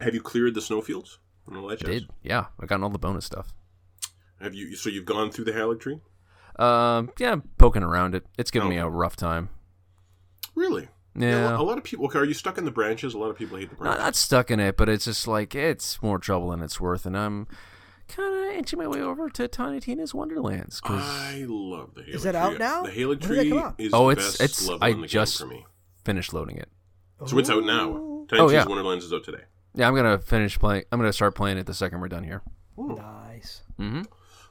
S2: Have you cleared the snowfields? And all that
S3: I
S2: jazz?
S3: did, yeah. I got all the bonus stuff.
S2: Have you? So you've gone through the Halleck tree?
S3: Um, yeah, I'm poking around it. It's giving me
S2: Oh, Okay.
S3: a rough time.
S2: Really? a
S3: Yeah.
S2: lo- a lot of people. Okay, are you stuck in the branches? A lot of people hate the
S3: not,
S2: branches.
S3: not stuck in it, but it's just like it's more trouble than it's worth, and I'm kind of inching my way over to Tiny Tina's Wonderlands. 'cause-
S2: I love the Halleck
S1: Is that
S2: tree.
S1: out now?
S2: The Halleck
S1: When did that
S2: tree
S1: come out?
S2: is
S3: Oh,
S2: the
S3: it's-
S2: best
S3: it's-
S2: level
S3: I
S2: in the
S3: just-
S2: game for me.
S3: finished loading it.
S2: So it's out now.
S1: Ooh.
S2: Tiny
S3: Oh,
S2: Tina's
S3: yeah.
S2: Wonderlands is out today.
S3: Yeah, I'm gonna finish playing. I'm gonna start playing it the second we're done here.
S1: Nice.
S3: Mm-hmm.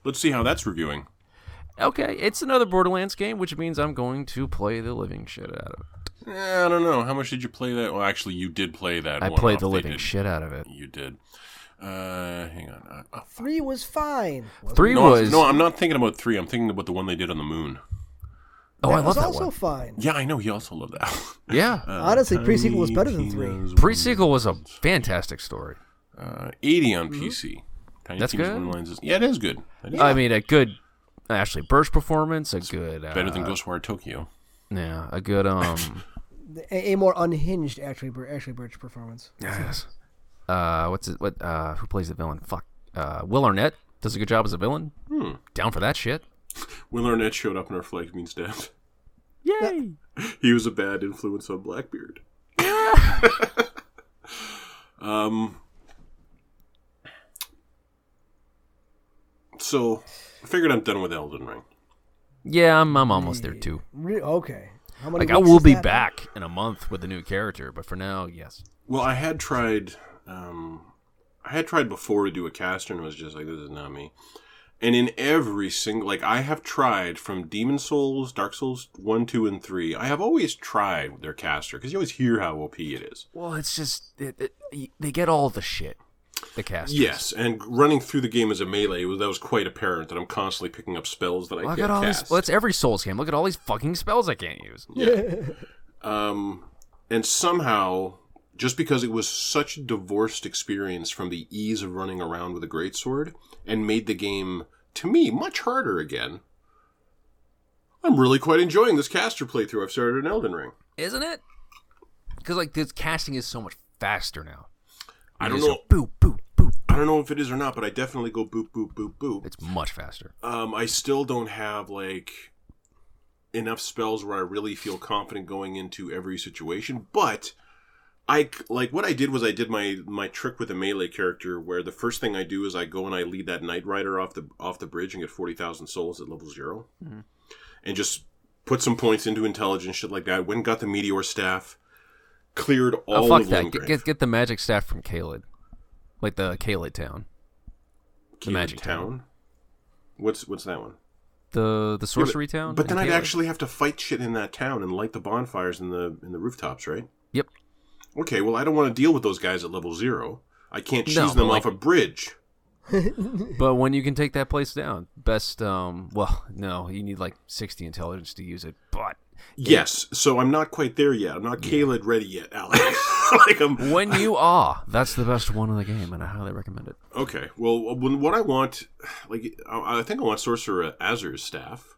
S2: Let's see how that's reviewing.
S3: Okay, it's another Borderlands game, which means I'm going to play the living shit out of it.
S2: Eh, I don't know. How much did you play that? Well, actually, you did play that.
S3: I
S2: one
S3: played
S2: off
S3: the
S2: they
S3: living
S2: did.
S3: shit out of it.
S2: You did. Uh, hang on. Uh, oh, fuck.
S1: Three was fine. wasn't
S3: Three
S2: no,
S3: was.
S2: no, I'm not thinking about three. I'm thinking about the one they did on the moon.
S1: it?
S3: oh,
S1: That
S3: I love
S1: was
S3: that
S1: also
S3: one.
S1: fine.
S2: Yeah, I know. He also loved that one.
S3: Yeah,
S2: Uh,
S1: Honestly, pre-sequel was better than three.
S2: Tiny Tina's
S3: pre sequel was a fantastic story.
S2: uh, 80
S1: Mm-hmm.
S2: on PC. Tiny
S3: That's
S2: Tina's
S3: good.
S2: Wonderlands is- yeah, it is good. That is
S3: I mean, a good Ashley Burch performance, a good uh,
S2: better than Ghostwire Tokyo.
S3: yeah, a good
S2: [laughs]
S3: um.
S1: A, a more unhinged Ashley, Bur- Ashley Birch performance.
S3: Yes. Uh, what's it? What? Uh, who plays the villain? Fuck. Uh, Will Arnett does a good job as a villain. Down for that shit.
S2: Will Arnett showed up in our Flag Means Death.
S3: [laughs] Yay!
S2: He was a bad influence on
S3: [laughs]
S2: Blackbeard. um, so, I figured I'm done with Elden Ring.
S3: Yeah, I'm, I'm almost there too.
S1: Re- okay. How many
S3: Like I
S1: weeks
S3: will
S1: is
S3: be
S1: that? [laughs]
S3: back in a month with a new character, but for now, yes.
S2: Well, I had tried, um, I had tried before to do a caster and was just like, this is not me. And in every single, like, I have tried from Demon Souls, Dark Souls 1, 2, and 3, I have always tried their caster because you always hear how OP it is.
S3: Well, it's just it, it, they get all the shit. The cast.
S2: Yes, and running through the game as a melee, was- that was quite apparent that I'm constantly picking up spells that I
S3: Look
S2: can't
S3: at all
S2: cast.
S3: these. Well, it's every Souls game. Look at all these fucking spells I can't use.
S2: Um, and somehow, just because it was such a divorced experience from the ease of running around with a greatsword and made the game, to me, much harder again, I I'm really quite enjoying this caster playthrough I've started in Elden Ring.
S3: isn't it? Because like this casting is so much faster now.
S2: I
S3: It
S2: don't
S3: is a
S2: know.
S3: Boop boop boop.
S2: I don't know if it is or not, but I definitely go boop boop boop boop.
S3: It's much faster.
S2: Um, I still don't have like enough spells where I really feel confident going into every situation, but I c- like what I did was I did my my trick with a melee character where the first thing I do is I go and I lead that knight rider off the off the bridge and get forty thousand souls at level 0
S3: Hmm.
S2: and just put some points into intelligence shit like that. Went and got the meteor staff, cleared all
S3: oh fuck
S2: of
S3: that!
S2: Lingrave.
S3: Get, get get the magic staff from Kaled, like the Kaled town,
S2: Keep it
S3: magic
S2: What's what's that one?
S3: the the
S2: Yeah,
S3: sorcery
S2: but,
S3: town.
S2: But
S3: in
S2: then I'd
S3: Kaled.
S2: actually have to fight shit in that town and light the bonfires in the in the rooftops, right?
S3: Yep.
S2: Okay, well I don't want to deal with those guys at level zero. I can't
S3: No,
S2: cheese
S3: but
S2: them
S3: like-
S2: off a bridge.
S3: But when you can take that place down, best. Um. Well, no, you need like sixty intelligence to use it. But
S2: Yes, so I'm not quite there yet. I'm not Kaled ready yet, Alex. [laughs] like I'm
S3: when
S2: [laughs]
S3: you are, that's the best one in the game, and I highly recommend it.
S2: okay. Well, when, what I want, like I, I think I want Sorcerer Azur's staff.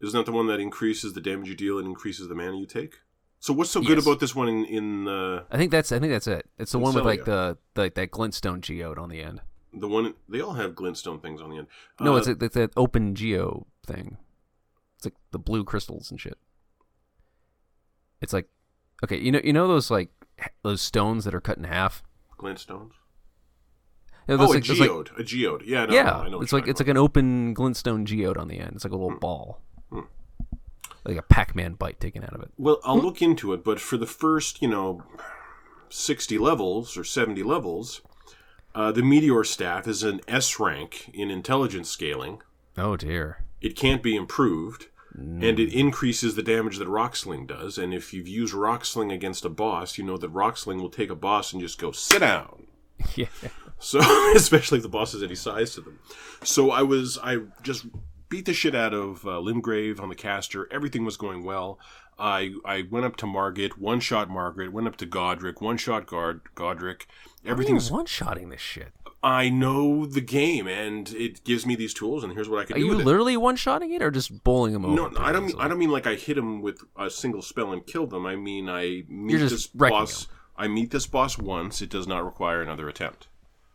S2: Isn't that the one that increases the damage you deal and increases the mana you take? So what's so good
S3: Yes.
S2: about this one in in uh,
S3: I think that's. I think that's it. It's the
S2: And
S3: one with
S2: so,
S3: like
S2: yeah.
S3: the, the like that glintstone geode on the end.
S2: the one? They all have glintstone things on the end.
S3: No,
S2: Uh,
S3: it's, a, it's that open geo thing. It's like the blue crystals and shit. It's like, okay, you know, you know those like h- those stones that are cut in half.
S2: glintstones.
S3: You know,
S2: Oh,
S3: those,
S2: a
S3: like, those, like-
S2: geode, a geode. Yeah, no,
S3: yeah,
S2: no, I know what
S3: it's
S2: you're
S3: like it's
S2: talking Hmm.
S3: like an open glintstone geode on the end. It's like a little ball, like a Pac-Man bite taken out of it.
S2: about. Well, I'll look into it, but for the first, you know, sixty levels or seventy levels, uh, the meteor staff is an S rank in intelligence scaling.
S3: Oh dear.
S2: It can't be improved, and
S3: Mm.
S2: it increases the damage that Rocksling does. And if you've used Rocksling against a boss, you know that Rocksling will take a boss and just go sit down.
S3: [laughs] yeah.
S2: So [laughs] especially if the boss has any size to them. So I was I just beat the shit out of uh, Limgrave on the caster. Everything was going well. I I went up to Margaret, one shot Margaret. Went up to Godric, one shot Guard Godric. Everything's
S3: one-shotting this shit.
S2: I know the game, and it gives me these tools. And here's what I can
S3: Are
S2: do.
S3: you
S2: with it.
S3: literally one-shotting it or just bowling them over?
S2: No, no, I don't. Mean,
S3: pretty
S2: I don't mean like I hit him with a single spell and kill them. I mean I meet
S3: You're just
S2: this
S3: wrecking
S2: boss. I meet this boss once. It does not require another attempt.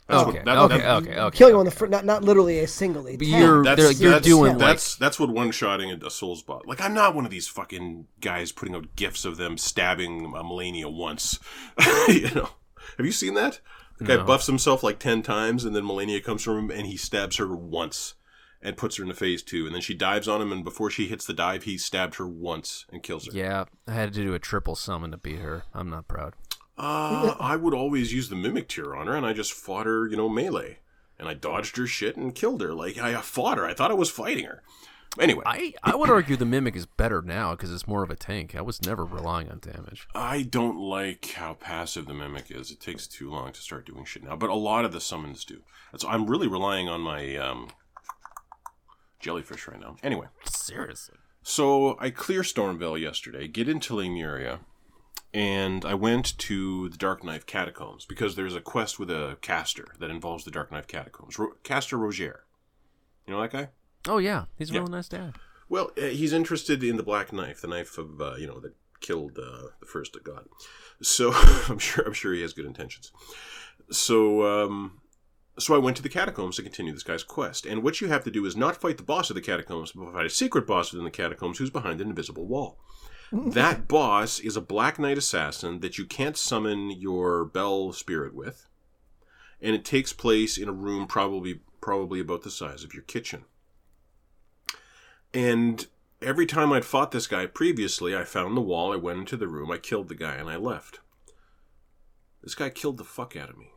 S2: That's
S3: easily? Okay,
S2: what, that,
S3: okay,
S2: that-
S3: okay, okay,
S1: Killing him on the fr- not not literally a single
S3: But
S1: attack.
S3: you're
S2: That's,
S3: they're like, you're
S2: that's,
S3: doing like
S2: that's that's what one shotting a soul's bot. Like I'm not one of these fucking guys putting out gifs of them stabbing a Melania once. [laughs] you know, have you seen that? The guy buffs himself like ten times, and then Melania comes from him, and he stabs her once, and puts her into phase two, and then she dives on him, and before she hits the dive, he stabbed her once and kills her.
S3: Yeah, I had to do a triple summon to beat her. I'm not proud.
S2: Uh, I would always use the mimic tier on her, and I just fought her, you know, melee, and I dodged her shit and killed her. Like I fought her. I thought I was fighting her. Anyway,
S3: I, I would argue the mimic is better now because it's more of a tank. I was never relying on damage.
S2: I don't like how passive the mimic is. It takes too long to start doing shit now, but a lot of the summons do. That's I'm really relying on my um, jellyfish right now. Anyway,
S3: Seriously.
S2: so I clear Stormville yesterday, get into Lemuria, and I went to the Dark Knife Catacombs because there's a quest with a caster that involves the Dark Knife Catacombs. Ro- caster Rogier. You know that guy?
S3: Oh yeah, he's a
S2: Yeah.
S3: really nice dad.
S2: Well, uh, he's interested in the black knife, the knife of uh, you know that killed uh, the first of God. So [laughs] I'm sure I'm sure he has good intentions. So um, so I went to the catacombs to continue this guy's quest. And what you have to do is not fight the boss of the catacombs, but fight a secret boss within the catacombs who's behind an invisible wall. that boss is a black knight assassin that you can't summon your bell spirit with, and it takes place in a room probably probably about the size of your kitchen. And every time I'd fought this guy previously, I found the wall, I went into the room, I killed the guy, and I left. This guy killed the fuck out of me.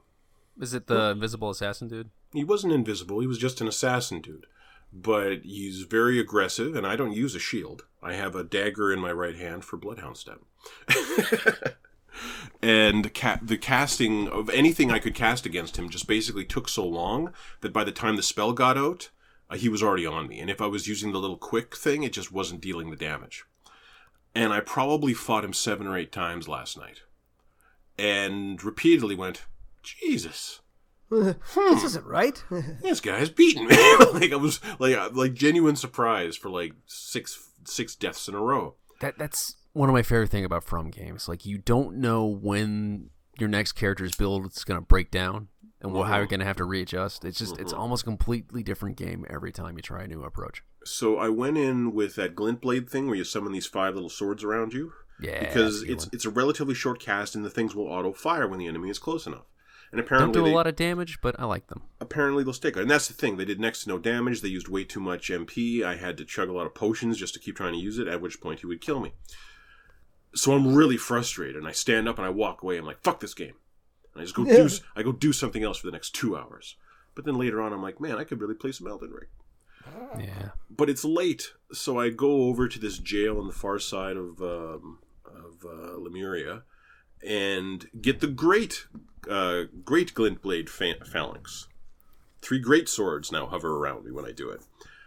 S3: Is it the invisible assassin dude?
S2: He wasn't invisible, he was just an assassin dude. But he's very aggressive, and I don't use a shield. I have a dagger in my right hand for Bloodhound Step. [laughs] and ca- the casting of anything I could cast against him just basically took so long that by the time the spell got out, uh, he was already on me. And if I was using the little quick thing, it just wasn't dealing the damage. And I probably fought him seven or eight times last night. And repeatedly went, Jesus,
S1: [laughs] This isn't right. [laughs]
S2: this guy's beating me. [laughs] like I was like uh, like genuine surprise for like six six deaths in a row.
S3: That that's one of my favorite thing about From games. Like you don't know when your next character's build is going to break down and wh- how you're going to have to readjust. It's just it's almost completely different game every time you try a new approach.
S2: So I went in with that glint blade thing where you summon these five little swords around you
S3: Yeah,
S2: because
S3: that's a good
S2: it's
S3: one.
S2: it's a relatively short cast and the things will auto fire when the enemy is close enough. And
S3: don't
S2: apparently
S3: do a
S2: they-
S3: lot of damage, but I like them.
S2: apparently they'll stick. And that's the thing. They did next to no damage. They used way too much MP. I had to chug a lot of potions just to keep trying to use it, at which point he would kill me. So I'm really frustrated, and I stand up and I walk away. I'm like, "Fuck this game," and I just go do s- I go do something else for the next two hours. But then later on, I'm like, "Man, I could really play some Elden Ring."
S3: Yeah, [laughs]
S2: But it's late, so I go over to this jail on the far side of um, of uh, Lemuria, and get the great uh, great glintblade fa- phalanx. Three great swords now hover around me when I do it,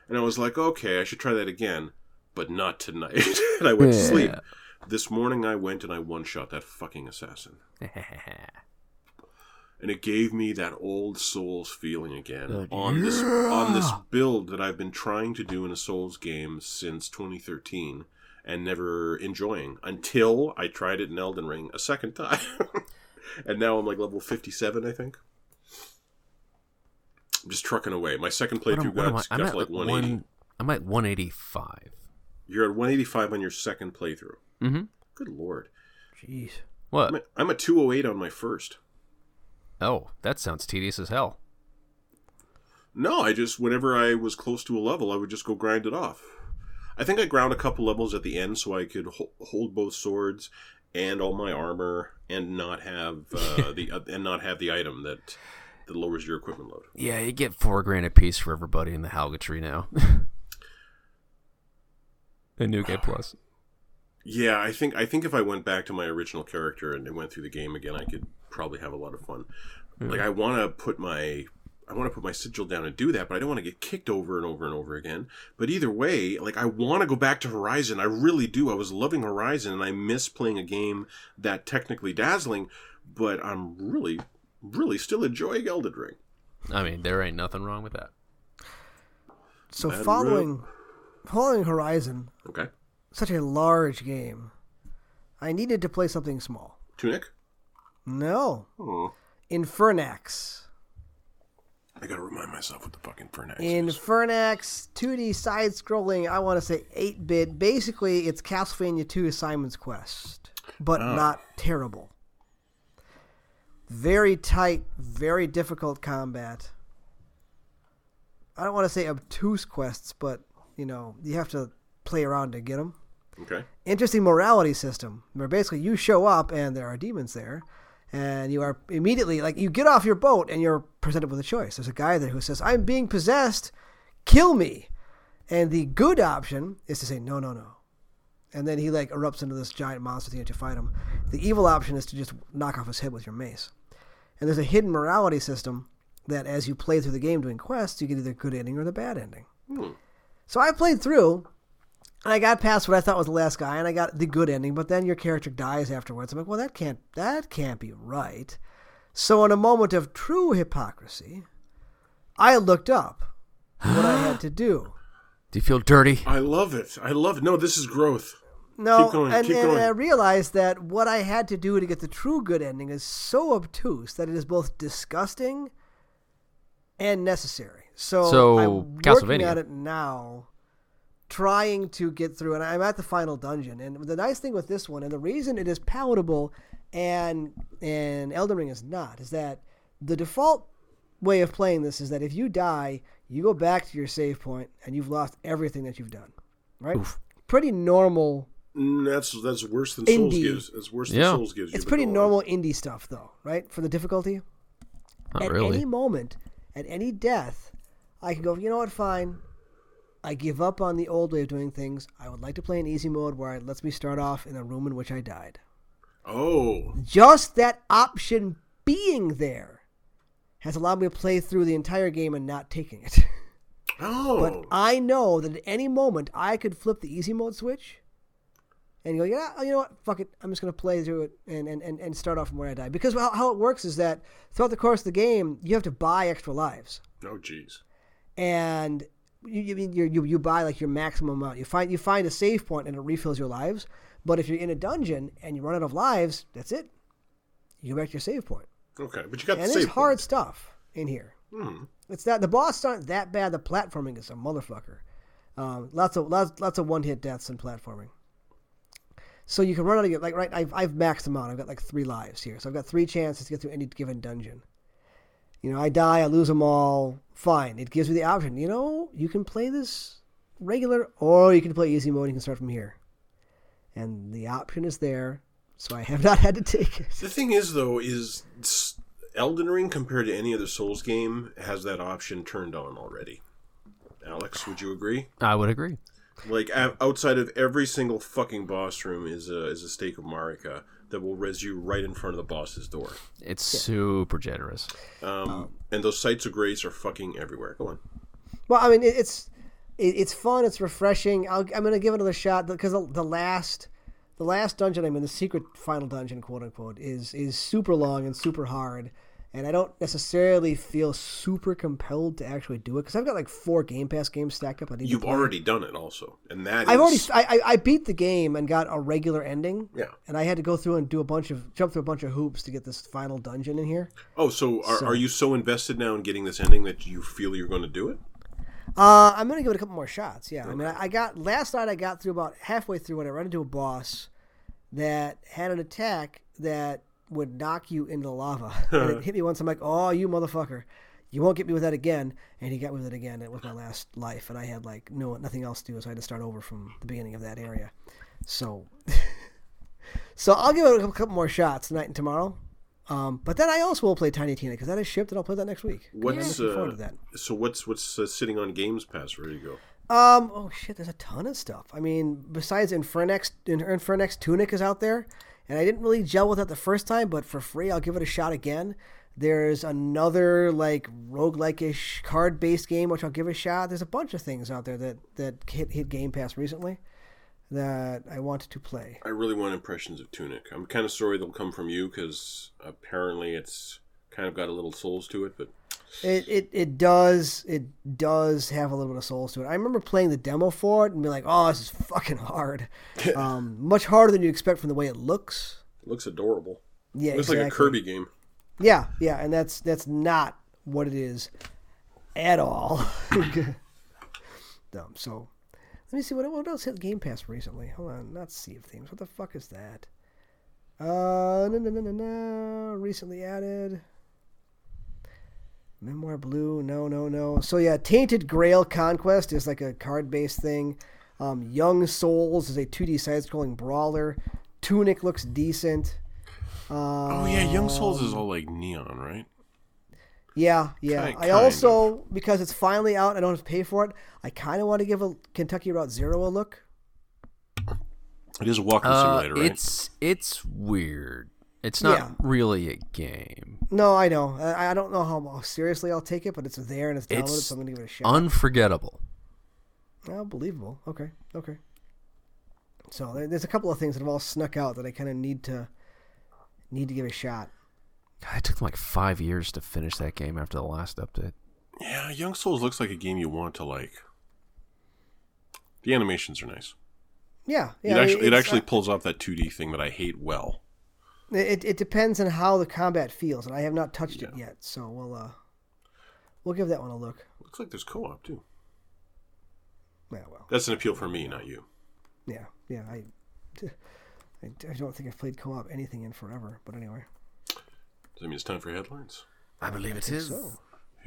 S2: and I was like, okay, I should try that again, but not tonight. [laughs] and I went to sleep.
S3: Yeah.
S2: This morning I went and I one shot that fucking assassin, and it gave me that old Souls feeling again
S3: Good.
S2: on this on this
S3: Ah.
S2: build that I've been trying to do in a Souls game since 2013 and never enjoying until I tried it in Elden Ring a second time. [laughs] and now I'm like level 57, I think. I'm just trucking away. My second
S3: What am-
S2: playthrough
S3: what am
S2: got,
S3: I-
S2: got to like 180.
S3: one. I'm at 185.
S2: You're at 185 on your second playthrough.
S3: Mm-hmm.
S2: Good lord.
S1: Jeez.
S3: What?
S2: I'm at, I'm at 208 on my first.
S3: Oh, that sounds tedious as hell.
S2: No, I just whenever I was close to a level, I would just go grind it off. I think I ground a couple levels at the end so I could ho- hold both swords and all my armor and not have uh, the uh, and not have the item that that lowers your equipment load.
S3: Yeah, you get four grand a piece for everybody in the Halga tree [laughs] now. a new game plus.
S2: Yeah, I think I think if I went back to my original character and went through the game again, I could probably have a lot of fun. Like I want to put my I want to put my sigil down and do that, but I don't want to get kicked over and over and over again. But either way, like I want to go back to Horizon. I really do. I was loving Horizon, and I miss playing a game that technically dazzling, but I'm really, really still enjoying Elden Ring.
S3: I mean, there ain't nothing wrong with that.
S1: So
S2: Bad
S1: following, following Horizon,
S2: Okay,
S1: such a large game, I needed to play something small.
S2: Tunic.
S1: No,
S2: Oh,
S1: Infernax.
S2: I gotta remind myself what the fucking Fernax
S1: In
S2: is.
S1: Fernax, 2D side scrolling, I want to say 8 bit. Basically, it's Castlevania 2 Simon's Quest, but not terrible. Very tight, very difficult combat. I don't want to say obtuse quests, but, you know, you have to play around to get them
S2: Okay.
S1: interesting morality system where basically you show up and there are demons there and you are immediately like you get off your boat and you're presented with a choice there's a guy there who says i'm being possessed kill me and the good option is to say no no no and then he like erupts into this giant monster thing that you fight him the evil option is to just knock off his head with your mace and there's a hidden morality system that as you play through the game doing quests you get either good ending or the bad ending so i played through and I got past what I thought was the last guy, and I got the good ending. But then your character dies afterwards. I'm like, well, that can't that can't be right. So in a moment of true hypocrisy, I looked up what I had to do. [gasps]
S3: Do you feel dirty?
S2: I love it. I love it. No, this is growth.
S1: No,
S2: Keep going,
S1: and,
S2: keep
S1: and
S2: going.
S1: I realized that what I had to do to get the true good ending is so obtuse that it is both disgusting and necessary. So,
S3: So,
S1: I'm working
S3: Castlevania.
S1: at it now, trying to get through, and I'm at the final dungeon. And the nice thing with this one, and the reason it is palatable, and and Elden Ring is not, is that the default way of playing this is that if you die, you go back to your save point, and you've lost everything that you've done. Right? Pretty normal
S2: Mm, that's that's worse than Souls
S1: Indie.
S2: gives. That's worse than
S3: Yeah.
S2: Souls gives. you,
S1: It's
S2: but
S1: pretty
S2: go on.
S1: normal indie stuff, though, right? For the difficulty.
S3: Not
S1: at
S3: really.
S1: any moment, at any death, I can go. You know what? Fine. I give up on the old way of doing things. I would like to play an easy mode where it lets me start off in a room in which I died.
S2: Oh,
S1: Just that option being there has allowed me to play through the entire game and not taking it. [laughs]
S2: oh,
S1: But I know that at any moment I could flip the easy mode switch and you go, yeah, you know what? Fuck it. I'm just going to play through it and, and, and, and start off from where I die. Because how, how it works is that throughout the course of the game, you have to buy extra lives.
S2: Oh, jeez.
S1: And you, you mean you, you you buy like your maximum amount. You find you find a save point and it refills your lives. But if you're in a dungeon and you run out of lives, that's it. You go back to your save point.
S2: Okay, but you got
S1: And there's
S2: the save Hmm.
S1: hard
S2: point.
S1: stuff in here. It's not the boss aren't that bad. The platforming is a motherfucker. Um, lots of lots lots of one hit deaths in platforming. So you can run out of your like right. I've I've maxed them out. I've got like three lives here, so I've got three chances to get through any given dungeon. You know, I die, I lose them all. Fine. It gives me the option. You know, you can play this regular, or you can play easy mode. and You can start from here, and the option is there. So I have not had to take it.
S2: The thing is, though, is s- Elden Ring compared to any other Souls game has that option turned on already. Alex, would you agree?
S3: I would agree.
S2: Like o- outside of every single fucking boss room is a is a stake of Marika that will res you right in front of the boss's door.
S3: It's super generous.
S2: Um,
S1: Oh.
S2: and those sites of grace are fucking everywhere. Go on.
S1: Well, I mean, it, it's it, it's fun. It's refreshing. I'll, I'm gonna give it another shot because the, the last the last dungeon I'm in, the secret final dungeon, quote unquote, is is super long and super hard, and I don't necessarily feel super compelled to actually do it because I've got like four Game Pass games stacked up. I need to
S2: You've
S1: play.
S2: already done it, also, and that
S1: I've already
S2: is-
S1: I, I I beat the game and got a regular ending.
S2: Yeah.
S1: And I had to go through and do a bunch of jump through a bunch of hoops to get this final dungeon in here.
S2: Oh, so are, are you so invested now in getting this ending that you feel you're going to do it?
S1: Uh, I'm gonna give it a couple more shots. Yeah, I mean, I, I got last night. I got through about halfway through when I ran into a boss that had an attack that would knock you into the lava. [laughs] and it hit me once. I'm like, oh, you motherfucker, you won't get me with that again. And he got me with it again. It was my last life, and I had like no nothing else to do, so I had to start over from the beginning of that area. So, [laughs] so I'll give it a couple more shots tonight and tomorrow. Um, but then I also will play Tiny Tina because that is shipped, and I'll play that next week.
S2: What's
S1: looking forward
S2: uh,
S1: to that.
S2: so what's what's uh, sitting on Games Pass ready to go?
S1: Um. Oh shit. There's a ton of stuff. I mean, besides Infernex, In- Infernex Tunic is out there, and I didn't really gel with that the first time, but for free, I'll give it a shot again. There's another like roguelike-ish card-based game, which I'll give a shot. There's a bunch of things out there that that hit, hit Game Pass recently that I want to play.
S2: I really want impressions of Tunic. I'm kind of sorry they'll come from you because apparently it's kind of got a little souls to it. But
S1: It, it it does it does have a little bit of souls to it. I remember playing the demo for it and being like, "Oh, this is fucking
S2: [laughs]
S1: hard." um, much harder than you expect from the way it looks.
S2: it looks adorable.
S1: Yeah,
S2: It looks
S1: exactly.
S2: like a Kirby game.
S1: Yeah, yeah, and that's that's not what it is at all. [laughs] Dumb. So let me see what what else hit Game Pass recently. Hold on, not Sea of Thieves. What the fuck is that? Uh, no, no, no, no, no. Recently added. Memoir Blue. No, no, no. So yeah, Tainted Grail Conquest is like a card-based thing. Um, Young Souls is a 2D side-scrolling brawler. Tunic looks decent.
S2: oh yeah, Young Souls is all like neon, right?
S1: Yeah, yeah.
S2: Ki-
S1: I
S2: kind
S1: also because it's finally out, I don't have to pay for it. I kind of want to give a Kentucky Route Zero a look.
S2: It is a walking
S1: Uh,
S2: simulator, right?
S3: Uh, It's it's weird. It's not
S1: Yeah.
S3: really a game.
S1: No, I know. I, I don't know how seriously I'll take it, but it's there and it's downloaded,
S3: It's
S1: so I'm gonna give it a shot.
S3: Unforgettable.
S1: oh, believable. Okay, okay. So there, there's a couple of things that have all snuck out that I kind of need to need to give a shot.
S3: God, it took them like five years to finish that game after the last update.
S2: Yeah, Young Souls looks like a game you want to like. The animations are nice.
S1: Yeah, yeah.
S2: it
S1: I mean,
S2: actually it
S1: it's- uh,
S2: actually pulls off that 2D thing that I hate well.
S1: It, it depends on how the combat feels, and I have not touched it yet, so we'll uh we'll give that one a look.
S2: Looks like there's co-op too.
S1: Yeah, well.
S2: That's an appeal for me, not you.
S1: Yeah, yeah. I, I, I don't think I've played co-op anything in forever. But anyway,
S2: Does that mean it's time for headlines?
S3: I believe it is.
S1: so [laughs]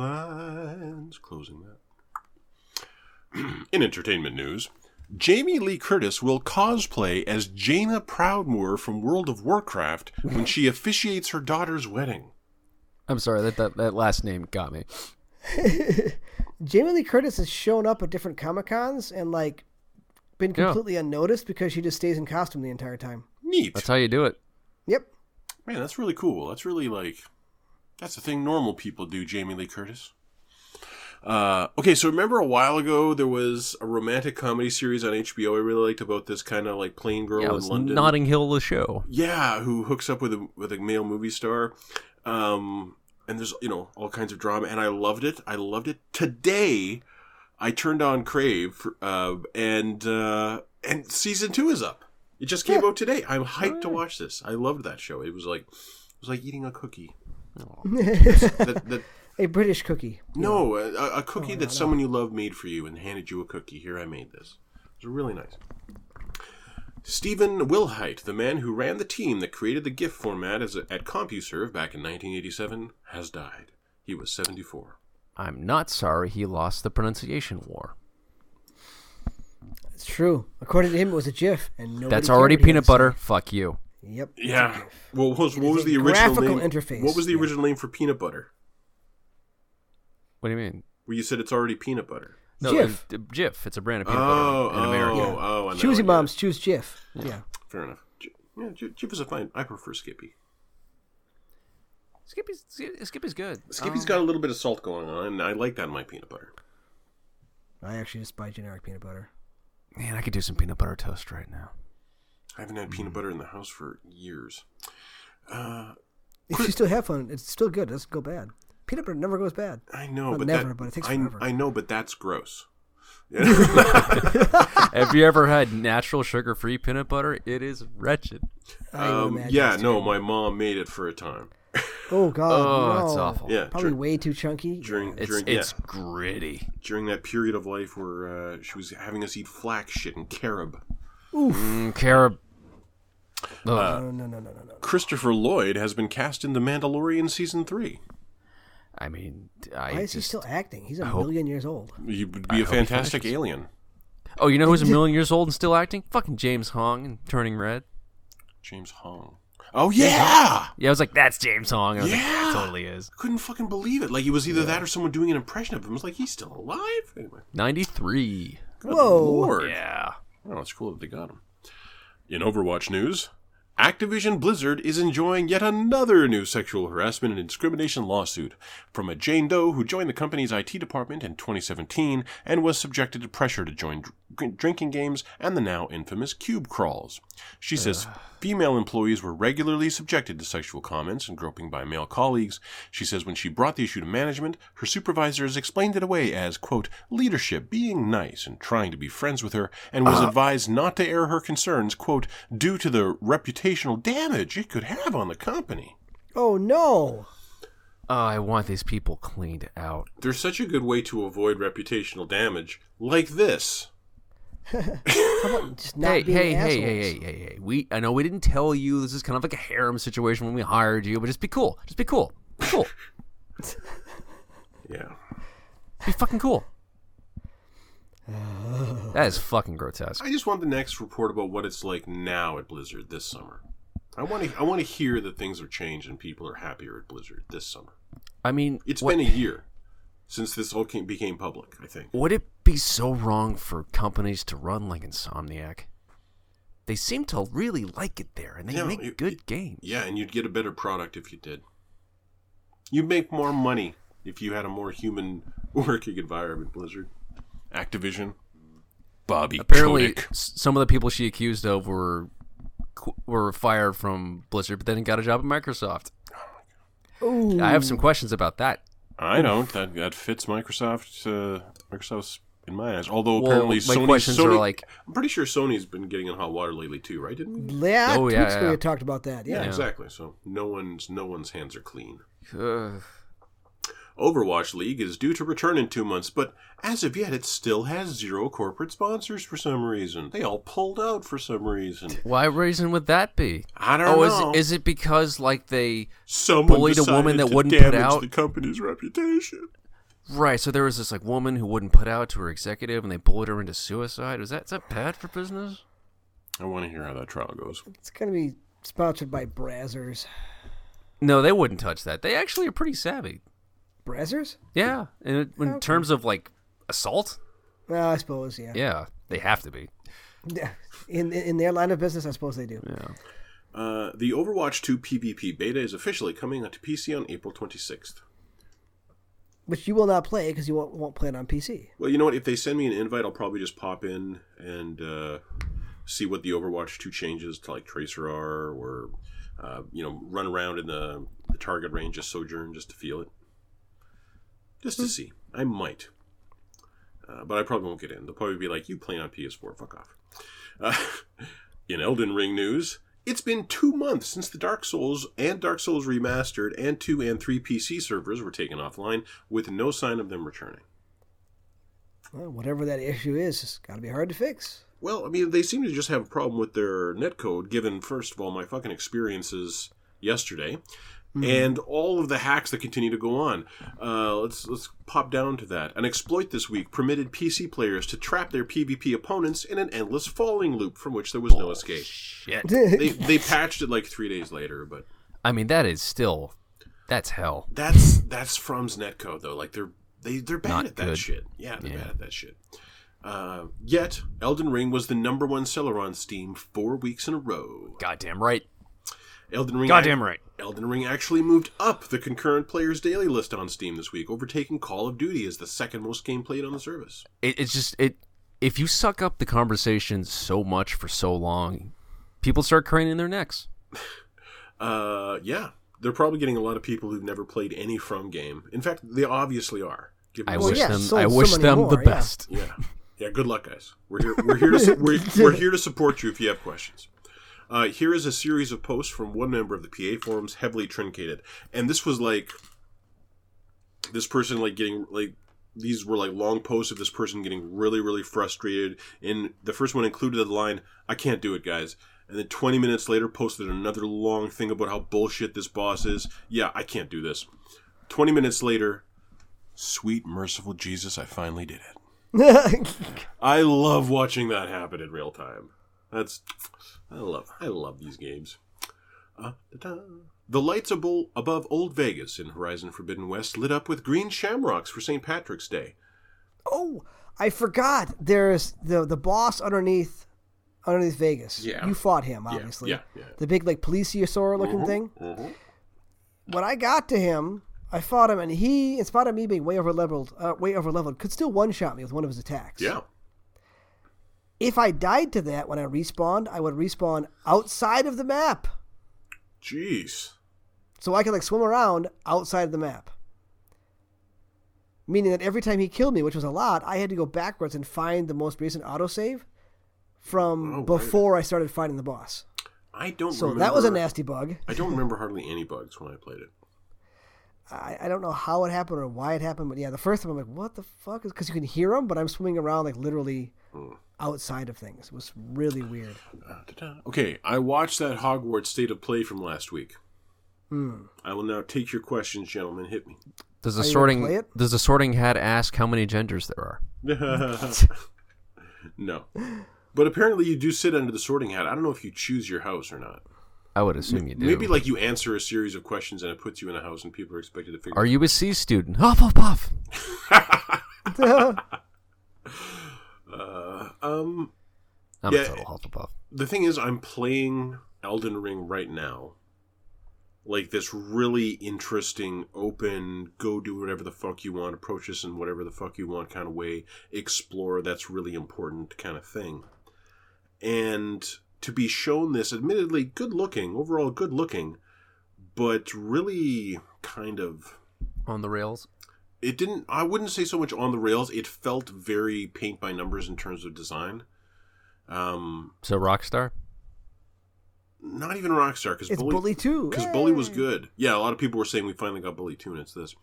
S2: Headlines. Closing that. [clears throat] In entertainment news, Jamie Lee Curtis will cosplay as Jaina Proudmoore from World of Warcraft when she officiates her daughter's wedding.
S3: I'm sorry that, that that last name got me.
S1: Jamie Lee Curtis has shown up at different Comic Cons and like been
S3: Yeah.
S1: completely unnoticed because she just stays in costume the entire time.
S2: Neat.
S3: That's how you do it.
S1: Yep.
S2: Man, that's really cool. That's really like that's the thing normal people do, Jamie Lee Curtis. Uh, okay, so remember a while ago there was a romantic comedy series on HBO I really liked about this kind of like plain girl
S3: Yeah, it
S2: in
S3: was
S2: London.
S3: Notting Hill the show.
S2: yeah, who hooks up with a with a male movie star. Um, and there's you know all kinds of drama, and I loved it. I loved it. Today, I turned on Crave, uh, and uh, and season two is up. It just came out today. I'm hyped to watch this. I loved that show. It was like it was like eating a cookie. That, that
S1: a British cookie.
S2: no, a, a- a
S1: Oh,
S2: cookie that someone you love made for you and handed you a cookie. Here, I made this. It was really nice. Stephen Wilhite, the man who ran the team that created the GIF format as a, at CompuServe back in 1987, has died. He was 74.
S3: I'm not sorry he lost the pronunciation war.
S1: It's true. According to him, it was a GIF, and nobody
S3: That's
S1: cared
S3: already
S1: what he
S3: peanut
S1: had to say.
S3: butter. Fuck you.
S1: Yep.
S2: Yeah. Well, what was, what
S1: is
S2: was
S1: a
S2: the original
S1: graphical
S2: name?
S1: interface,
S2: What was the
S1: yeah.
S2: original name for peanut butter?
S3: What do you mean?
S2: Where you said it's already peanut butter.
S1: Jif.
S3: uh, Jif. It's a brand of peanut
S2: Oh,
S3: butter in America.
S2: oh, oh! I know,
S1: Choosy
S2: I know.
S1: moms choose GIF. Yeah.
S2: Fair enough. J- Yeah, J- Jif is a fine. I prefer Skippy.
S3: Skippy's Skippy's good. Oh.
S2: Skippy's
S1: Oh.
S2: got a little bit of salt going on, and I like that in my peanut butter.
S1: I actually just buy generic peanut butter.
S3: Man, I could do some peanut butter toast right now.
S2: I haven't had
S1: Hmm.
S2: peanut butter in the house for years.
S1: If you still have one, it's still good. It doesn't go bad. Peanut butter never goes bad.
S2: I know,
S1: Well,
S2: but
S1: never,
S2: that,
S1: but it takes
S2: I,
S1: forever.
S2: I know, but
S1: [laughs]
S2: that's gross. [laughs] Um, Yeah.
S3: [laughs] Have you ever had natural sugar-free peanut butter? It is wretched.
S1: I would
S2: um,
S1: imagine
S2: yeah,
S1: it's
S2: no,
S1: terrible.
S2: my mom made it for a time
S1: Oh god,
S3: Oh,
S1: no.
S3: it's awful.
S2: Yeah.
S1: Probably
S2: Sure.
S1: way too chunky.
S2: during
S3: It's
S2: during
S3: it's
S2: yeah,
S3: gritty.
S2: during that period of life where uh, she was having us eat flax shit and carob.
S3: Mm, carob. Ugh.
S1: no, no, no, no, no, no.
S2: Christopher Lloyd has been cast in The Mandalorian season three.
S3: I mean, I
S1: Why is
S3: just.
S1: he still acting? He's a
S3: hope-
S1: million years old.
S2: He would be a fantastic alien.
S3: Oh, you know who's a million years old and still acting? Fucking James Hong and Turning Red.
S2: James Hong. Oh yeah,
S3: Yeah, I was like, that's James Hong. I was like,
S2: Yeah.
S3: it totally is.
S2: couldn't fucking believe it. Like it was either that or someone doing an impression of him. It was like he's still alive. Anyway,
S3: Ninety-three.
S2: Good
S1: Whoa.
S2: Lord.
S3: Yeah.
S2: Oh, it's cool that they got him. In Overwatch news, Activision Blizzard is enjoying yet another new sexual harassment and discrimination lawsuit from a Jane Doe who joined the company's IT department in 2017 and was subjected to pressure to join dr- drinking games and the now infamous cube crawls. She says female employees were regularly subjected to sexual comments and groping by male colleagues. She says when she brought the issue to management, her supervisors explained it away as, quote, leadership being nice and trying to be friends with her, and was advised not to air her concerns, quote, due to the reputational damage it could have on the company.
S1: Oh no!
S3: Oh, I want these people cleaned out.
S2: There's such a good way to avoid reputational damage, like this.
S1: Just not
S3: hey,
S1: being
S3: hey,
S1: assholes.
S3: hey, hey, hey, hey, hey. We I know we didn't tell you this is kind of like a harem situation when we hired you, but just be cool. Just be cool. Be cool.
S2: Yeah.
S3: be
S2: [laughs]
S3: fucking cool. that is fucking grotesque.
S2: I just want the next report about what it's like now at Blizzard this summer. I want to I want to hear that things have changed and people are happier at Blizzard this summer.
S3: I mean,
S2: It's
S3: what,
S2: been a year since this all came, became public, I think.
S3: would it be so wrong for companies to run like Insomniac? They seem to really like it there, and they
S2: Yeah,
S3: make
S2: it-
S3: good
S2: it-
S3: games.
S2: Yeah, and you'd get a better product if you did. You'd make more money if you had a more human [laughs] working environment, Blizzard. Activision. Bobby
S3: Apparently,
S2: Kotick.
S3: s- some of the people she accused of were qu- were fired from Blizzard, but then got a job at Microsoft.
S1: Ooh.
S3: I have
S2: Hmm.
S3: some questions about that.
S2: I don't. That that fits Microsoft. Uh, Microsoft's in my eyes. Although
S3: Well,
S2: apparently
S3: my
S2: Sony,
S3: questions are
S2: Sony-
S3: like-
S2: I'm pretty sure Sony's been getting in hot water lately too, right? Didn't we?
S1: Yeah,
S3: Oh,
S1: two
S3: yeah,
S1: weeks ago
S3: yeah.
S1: we talked about that. Yeah.
S2: exactly. So no one's no one's hands are clean.
S3: Ugh.
S2: Overwatch League is due to return in two months, but as of yet, it still has zero corporate sponsors for some reason. They all pulled out for some reason.
S3: Why reason would that be?
S2: I don't
S3: oh,
S2: know.
S3: is is it because like they
S2: Someone
S3: bullied a
S2: decided
S3: woman that
S2: to
S3: wouldn't put
S2: damage
S3: out?
S2: the company's reputation.
S3: right? So there was this like woman who wouldn't put out to her executive, and they bullied her into suicide. Was that is that bad for business?
S2: I want to hear how that trial goes.
S1: It's gonna be sponsored by Brazzers.
S3: No, they wouldn't touch that. They actually are pretty savvy.
S1: Brazzers?
S3: Yeah, in, in terms of like assault,
S1: Well, I suppose, yeah.
S3: yeah, they have to be.
S1: yeah. [laughs] In in their line of business, I suppose they do.
S2: Uh, the Overwatch 2 PvP beta is officially coming onto PC on April 26th.
S1: which you will not play because you won't, won't play it on PC.
S2: Well, you know what? If they send me an invite, I'll probably just pop in and uh, see what the Overwatch two changes to, like Tracer are, or uh, you know, run around in the, the target range of Sojourn just to feel it, just to see. I might, uh, but I probably won't get in. They'll probably be like, "You playing on PS4? Fuck off." Uh, [laughs] in Elden Ring news, it's been two months since the Dark Souls and Dark Souls Remastered and two and three PC servers were taken offline, with no sign of them returning.
S1: Well, whatever that issue is, it's got to be hard to fix.
S2: Well, I mean, they seem to just have a problem with their netcode, given, first of all, my fucking experiences yesterday.
S3: Hmm.
S2: And all of the hacks that continue to go on. Uh, let's let's pop down to that. An exploit this week permitted PC players to trap their PvP opponents in an endless falling loop from which there was no escape.
S3: Shit.
S1: [laughs]
S2: They [laughs] they patched it like three days later, but
S3: I mean, that is still, that's hell.
S2: that's that's From's netcode though. Like they're they they're bad
S3: Not
S2: at that
S3: good.
S2: shit. Yeah, they're
S3: Yeah.
S2: bad at that shit. Uh, yet, Elden Ring was the number one seller on Steam four weeks in a row.
S3: Goddamn right.
S2: Elden Ring,
S3: Goddamn right.
S2: Elden Ring actually moved up the concurrent players daily list on Steam this week, overtaking Call of Duty as the second most game played on the service.
S3: It, it's just it. If you suck up the conversation so much for so long, people start craning their necks.
S2: Uh, yeah, they're probably getting a lot of people who've never played any From game. In fact, they obviously are. Given
S3: I
S2: the-
S1: Well,
S3: wish
S1: yeah,
S3: them.
S1: so-
S3: I
S1: so
S3: wish
S1: many
S3: them the
S1: more, yeah.
S3: best.
S2: Yeah, yeah. Good luck, guys. We're here. We're here to su- we're, we're here to support you if you have questions. Uh, here is a series of posts from one member of the PA forums, heavily truncated, and this was like this person like getting like these were like long posts of this person getting really really frustrated. And the first one included the line, "I can't do it, guys." And then 20 minutes later, posted another long thing about how bullshit this boss is. Yeah, I can't do this. 20 minutes later, sweet merciful Jesus, I finally did it. I love watching that happen in real time. That's I love I love these games. Uh, ta-ta. the lights abo- above Old Vegas in Horizon Forbidden West lit up with green shamrocks for St. Patrick's Day.
S1: oh, I forgot. There's the the boss underneath underneath Vegas.
S2: Yeah.
S1: you fought him obviously.
S2: yeah, Mm-hmm. yeah.
S1: The big like plesiosaur looking thing. When I got to him, I fought him, and he, in spite of me being way over leveled, uh, way over leveled, could still one shot me with one of his attacks.
S2: Yeah.
S1: If I died to that when I respawned, I would respawn outside of the map.
S2: Jeez.
S1: so I could like swim around outside of the map. Meaning that every time he killed me, which was a lot, I had to go backwards and find the most recent autosave from
S2: Oh, right.
S1: before I started fighting the boss.
S2: I don't
S1: So
S2: remember
S1: that was a nasty bug.
S2: I don't remember hardly any bugs when I played it.
S1: I, I don't know how it happened or why it happened, but yeah, the first time I'm like, what the fuck? is Because you can hear him, but I'm swimming around like literally outside of things. It was really
S2: [laughs]
S1: weird.
S2: Uh, ta-ta. Okay, I watched that Hogwarts state of play from last week.
S1: Hmm.
S2: I will now take your questions, gentlemen. Hit me.
S3: Does the
S1: Are you gonna play
S3: sorting
S1: it?
S3: Does the sorting hat ask how many genders there are?
S2: [laughs] no. But apparently you do sit under the sorting hat. I don't know if you choose your house or not.
S3: I would assume you do.
S2: Maybe like you answer a series of questions and it puts you in a house and people are expected to figure
S3: Are you a C student? Hufflepuff.
S2: uh, um
S3: I'm
S2: Yeah.
S3: a total Hufflepuff.
S2: the thing is I'm playing Elden Ring right now. Like this really interesting, open, go do whatever the fuck you want, approach this in whatever the fuck you want kind of way, explore that's really important kind of thing. And to be shown this, admittedly good looking, overall good looking, but really kind of
S3: On the rails.
S2: it didn't i wouldn't say so much on the rails it felt very paint by numbers in terms of design um
S3: So Rockstar.
S2: not even rockstar because
S1: It's
S2: bully,
S1: Bully, too.
S2: [laughs] 'cause Bully was
S1: Yay!
S2: good yeah a lot of people were saying we finally got bully 2 and it's this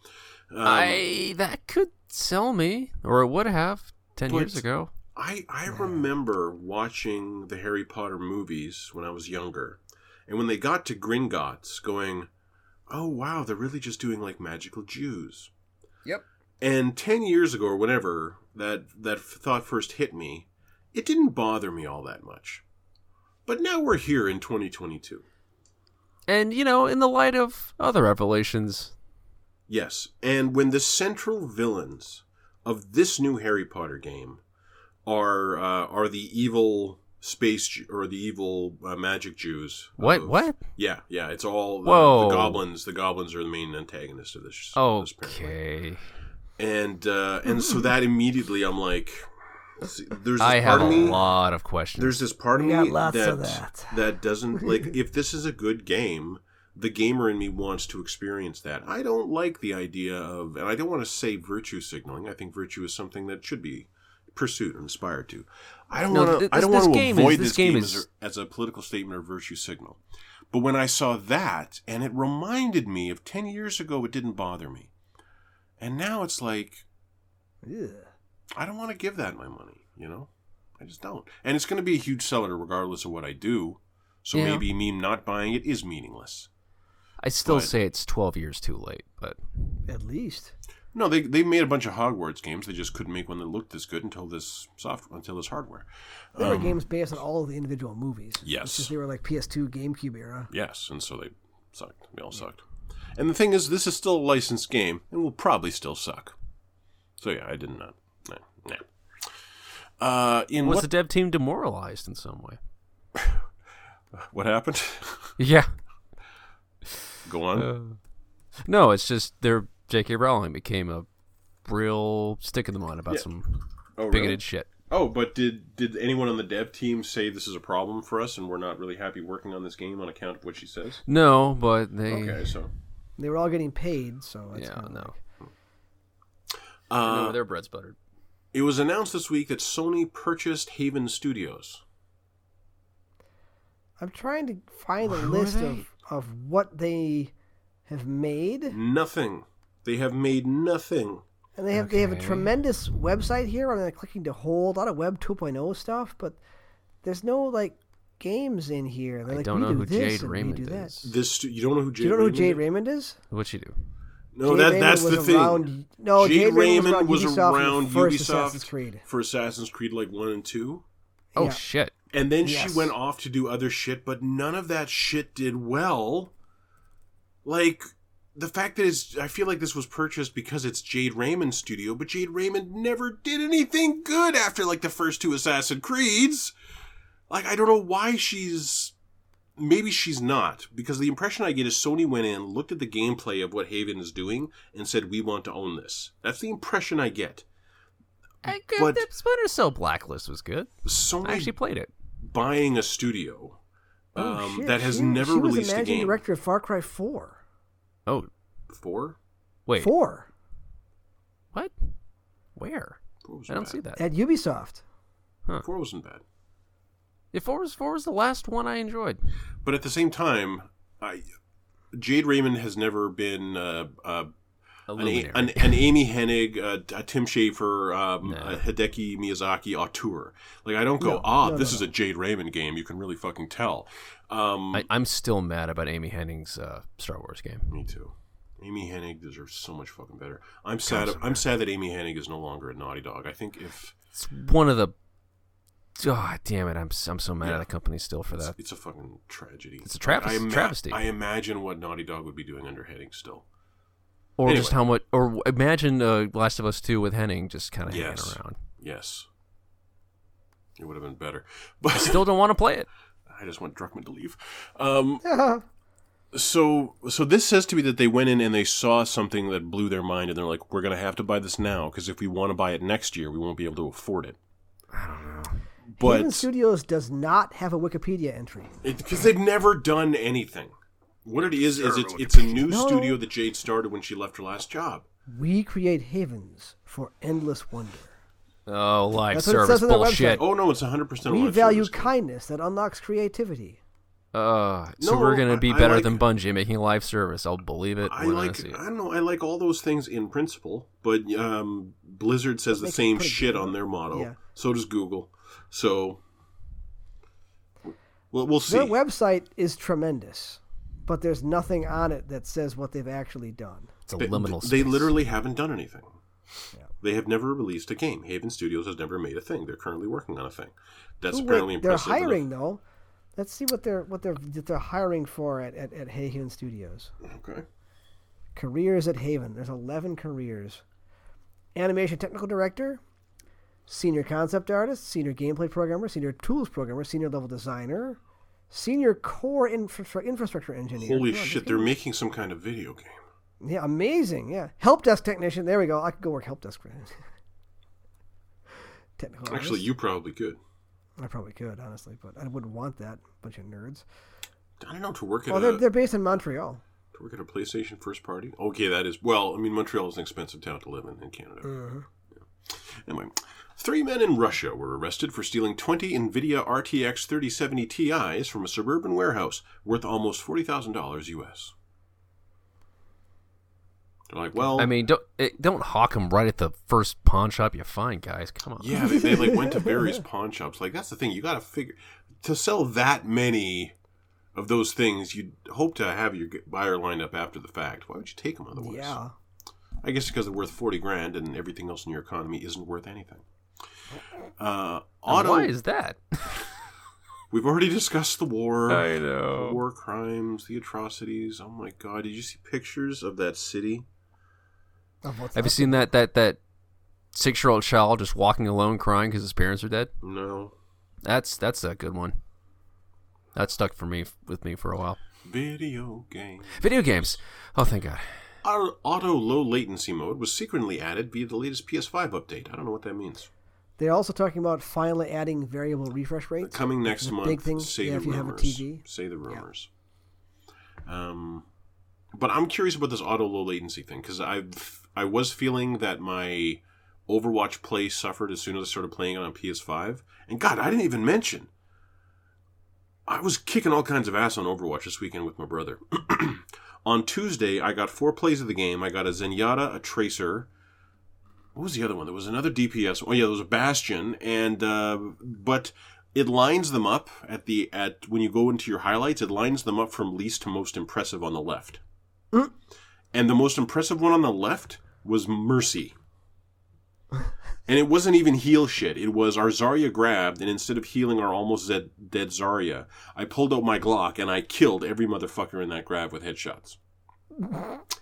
S2: um,
S3: I that could sell me, or it would have ten
S2: But-
S3: years ago.
S2: I I remember watching the Harry Potter movies when I was younger, and when they got to Gringotts, going, "Oh wow, they're really just doing like magical Jews."
S3: Yep.
S2: And ten years ago or whenever that that thought first hit me, it didn't bother me all that much, but now we're here in 2022.
S3: And you know, in the light of other revelations,
S2: Yes, and when the central villains of this new Harry Potter game are uh, are the evil space Ju- or the evil uh, magic Jews.
S3: what
S2: of-
S3: what?
S2: Yeah, yeah, it's all uh, the,
S3: Whoa.
S2: the goblins. The goblins are the main antagonist of this. of this apparently.
S3: Oh, Okay,
S2: and uh, and so that immediately I'm like, see, there's this
S3: I
S2: part
S3: have a
S2: of me.
S3: lot of questions.
S2: There's this part of
S1: We got
S2: me
S1: lots
S2: that,
S1: of that.
S2: doesn't like if this is a good game, the gamer in me wants to experience that. I don't like the idea of and I don't want to say virtue signaling. I think virtue is something that should be pursued and aspired to. I don't
S3: No,
S2: want to
S3: th-
S2: I don't
S3: this-
S2: want
S3: this
S2: to
S3: game
S2: avoid
S3: is-
S2: this,
S3: this
S2: game,
S3: game
S2: as,
S3: is-
S2: a, as a political statement or virtue signal. But when I saw that and it reminded me of 10 years ago it didn't bother me. And now it's like
S1: Ugh.
S2: I don't want to give that my money, you know? I just don't. And it's going to be a huge seller regardless of what I do. So
S3: Yeah.
S2: maybe me not buying it is meaningless.
S3: I still
S2: but-
S3: say it's 12 years too late, but
S1: At least.
S2: No, they, they made a bunch of Hogwarts games. They just couldn't make one that looked this good until this software, until this hardware.
S1: There were
S2: Um,
S1: games based on all of the individual movies.
S2: Yes.
S1: It's just they were like PS2, GameCube era.
S2: Yes, and so they sucked. They all sucked. And the thing is, this is still a licensed game and will probably still suck. So yeah, I did not. Nah, nah. Uh, in
S3: was
S2: what,
S3: the dev team demoralized in some way?
S2: what happened?
S3: [laughs]
S2: [laughs]
S3: Yeah.
S2: Go on.
S3: Uh, No, it's just their J.K. Rowling became a real stick in the mud about some
S2: oh,
S3: bigoted
S2: really?
S3: shit.
S2: Oh, but did did anyone on the dev team say this is a problem for us and we're not really happy working on this game on account of what she says?
S3: No, but they.
S2: Okay, so
S1: They were all getting paid, so that's
S3: Yeah,
S1: kinda
S3: no.
S2: uh,
S3: no, their bread's buttered.
S2: it was announced this week that Sony purchased Haven Studios.
S1: I'm trying to find a
S3: Who are
S1: list
S3: they?
S1: of, of what they have made,
S2: Nothing. They have made nothing.
S1: and they have they have a
S3: Okay.
S1: tremendous website here. I'm not clicking to hold a lot of Web 2.0 stuff, but there's no like games in here. They're
S3: I
S1: like,
S3: don't
S1: we
S3: know
S1: do
S3: who
S1: this
S3: Jade
S1: and
S3: Raymond
S1: we do that.
S3: is.
S2: This stu- you don't know who Jade
S1: Do you know who
S2: Raymond
S1: Jade
S2: is?
S1: Raymond is?
S3: What'd she do?
S2: No,
S1: Jade
S2: that
S1: Raymond
S2: that's the
S1: was
S2: thing.
S1: around- no,
S2: Jade,
S1: Jade Raymond
S2: Raymond was
S1: was
S2: around,
S1: around Ubisoft in the
S2: Ubisoft,
S1: first Assassin's Creed.
S2: for Assassin's Creed like one and two,
S3: Oh
S1: Yeah.
S3: shit!
S2: and then
S1: Yes.
S2: she went off to do other shit, but none of that shit did well. Like the fact that it's, I feel like this was purchased because it's Jade Raymond's studio, but Jade Raymond never did anything good after like the first two Assassin's Creeds. Like I don't know why she's maybe she's not because the impression i get is sony went in looked at the gameplay of what haven is doing and said we want to own this that's the impression i get
S3: I,
S2: But-
S3: that Splinter Cell Blacklist was good.
S2: sony
S3: I actually played it.
S2: buying a studio
S1: Oh,
S2: um,
S1: shit,
S2: that has
S1: she-
S2: never
S1: she was
S2: released
S1: the
S2: a
S1: managing
S2: game
S1: director of Far Cry 4.
S3: Oh
S2: before
S3: wait,
S1: Four
S3: what? Where?
S2: Four wasn't
S3: I don't
S2: bad.
S3: see that.
S1: at
S2: [laughs]
S1: Ubisoft.
S3: Huh.
S2: four wasn't bad
S3: Yeah, four was four was the last one I enjoyed.
S2: but at the same time i jade raymond has never been uh, uh,
S3: A
S2: an, A-
S3: luminary.
S2: an, an Amy Hennig, uh, a Tim Schafer, um,
S3: No.
S2: a Hideki Miyazaki auteur. Like I don't go,
S1: No,
S2: ah,
S1: no,
S2: this
S1: no,
S2: is
S1: no.
S2: a Jade Raymond game. You can really fucking tell. Um,
S3: I, I'm still mad about Amy Henning's uh, Star Wars game.
S2: me too. Amy Hennig deserves so much fucking better. I'm sad. I'm sad that Amy Hennig is no longer at Naughty Dog. I think if
S3: It's one of the. God damn it! I'm s- I'm so mad
S2: Yeah.
S3: at the company still for
S2: it's,
S3: that.
S2: it's a fucking tragedy.
S3: It's a travest-
S2: I
S3: travesty.
S2: I imagine what Naughty Dog would be doing under Hennig still.
S3: Or
S2: Anyway.
S3: just how much? Or w- imagine uh, Last of Us Two with Henning just kind of
S2: Yes.
S3: hanging around.
S2: Yes, it would have been better. [laughs]
S3: I
S2: But
S3: still don't want to play it.
S2: I just want Druckmann to leave. Um,
S1: That's
S2: so so this says to me that they went in and they saw something that blew their mind and they're like we're going to have to buy this now because if we want to buy it next year we won't be able to afford it i
S1: Haven
S2: don't know
S1: Studios does not have a Wikipedia entry.
S2: but because they've never done anything what it is is it's,
S4: Zero
S2: it's a new
S1: No.
S2: studio that jade started when she left her last job
S1: We create havens for endless wonder.
S3: Oh, live
S1: That's what it
S3: service
S1: says on their
S3: bullshit.
S2: oh no it's 100%
S1: we
S2: live
S1: value
S2: service game.
S1: kindness that unlocks creativity.
S3: Uh, so
S2: No,
S3: we're gonna
S2: I-
S3: be
S2: I
S3: better
S2: like-
S3: than Bungie making live service. I'll believe it
S2: I
S3: when I
S2: like
S3: see it.
S2: I don't know I like all those things in principle, but um, Blizzard says the
S1: makes it
S2: same
S1: pretty
S2: shit
S1: good.
S2: on their motto.
S1: Yeah.
S2: So does Google. So well, we'll see.
S1: Their website is tremendous, but there's nothing on it that says what they've actually done.
S3: It's a
S2: They-
S3: liminal.
S2: They
S3: space.
S2: literally haven't done anything.
S1: Yeah.
S2: They have never released a game. Haven Studios has never made a thing. They're currently working on a thing. That's
S1: Ooh, wait,
S2: apparently
S1: they're
S2: impressive. enough.
S1: hiring though. Let's see what they're what they're that they're hiring for at at, at Haven Studios.
S2: Okay.
S1: Careers at Haven. There's 11 careers. Animation technical director, senior concept artist, senior gameplay programmer, senior tools programmer, senior level designer, senior core infra- infrastructure engineer.
S2: Holy
S1: Come on,
S2: shit!
S1: this
S2: They're making some kind of video game.
S1: guy- Yeah, amazing. Yeah, help desk technician. There we go. I could go work help desk. [laughs] Technical.
S2: Actually,
S1: analyst.
S2: you probably could.
S1: I probably could honestly, but I wouldn't want that bunch of nerds.
S2: I don't know to work at
S1: Well,
S2: a
S1: they're they're based in Montreal.
S2: to work at a PlayStation first party. Okay, that is well. I mean, Montreal is an expensive town to live in in Canada. Yeah. Anyway, three men in Russia were arrested for stealing 20 NVIDIA RTX 3070 Ti's from a suburban warehouse worth almost forty thousand dollars US. They're like, well,
S3: I mean, don't it, don't hawk them right at the first pawn shop you find, guys. Come on.
S2: Yeah, they, they like went
S3: [laughs]
S2: to various pawn shops. Like that's the thing. You got to figure to sell that many of those things. You'd hope to have your g- buyer lined up after the fact. Why would you take them otherwise?
S1: Yeah,
S2: I guess because they're worth forty grand, and everything else in your economy isn't worth anything. Uh,
S3: And
S2: auto.
S3: Why is that?
S2: We've already discussed the war.
S3: I know.
S2: The war crimes, the atrocities. Oh my god! Did you see pictures of that city?
S1: Of what's
S3: Have you
S1: up.
S3: seen that that that six year old child just walking alone crying because his parents are dead?
S2: No.
S3: That's that's a good one. That stuck for me with me for a while.
S2: Video game.
S3: Video games. Oh, thank God.
S2: Our auto low latency mode was secretly added via the latest PS5 update. I don't know what that means.
S1: They're also talking about finally adding variable refresh rates.
S2: Coming next
S1: The
S2: month.
S1: big thing,
S2: say
S1: yeah,
S2: the
S1: if you have a
S2: rumors.
S1: TV.
S2: Say the rumors. Um, but I'm curious about this auto low latency thing because I I was feeling that my Overwatch play suffered as soon as I started playing it on PS5. And God, I didn't even mention. I was kicking all kinds of ass on Overwatch this weekend with my brother. [clears throat] on Tuesday, I got four plays of the game. I got a Zenyatta, a Tracer. What was the other one? There was another DPS. Oh yeah, there was a Bastion, and uh, but it lines them up at the at when you go into your highlights. It lines them up from least to most impressive on the left.
S1: Mm.
S2: And the most impressive one on the left was Mercy. And it wasn't even heal shit. It was our Zarya grabbed, and instead of healing our almost dead, dead Zarya, I pulled out my Glock and I killed every motherfucker in that grab with headshots.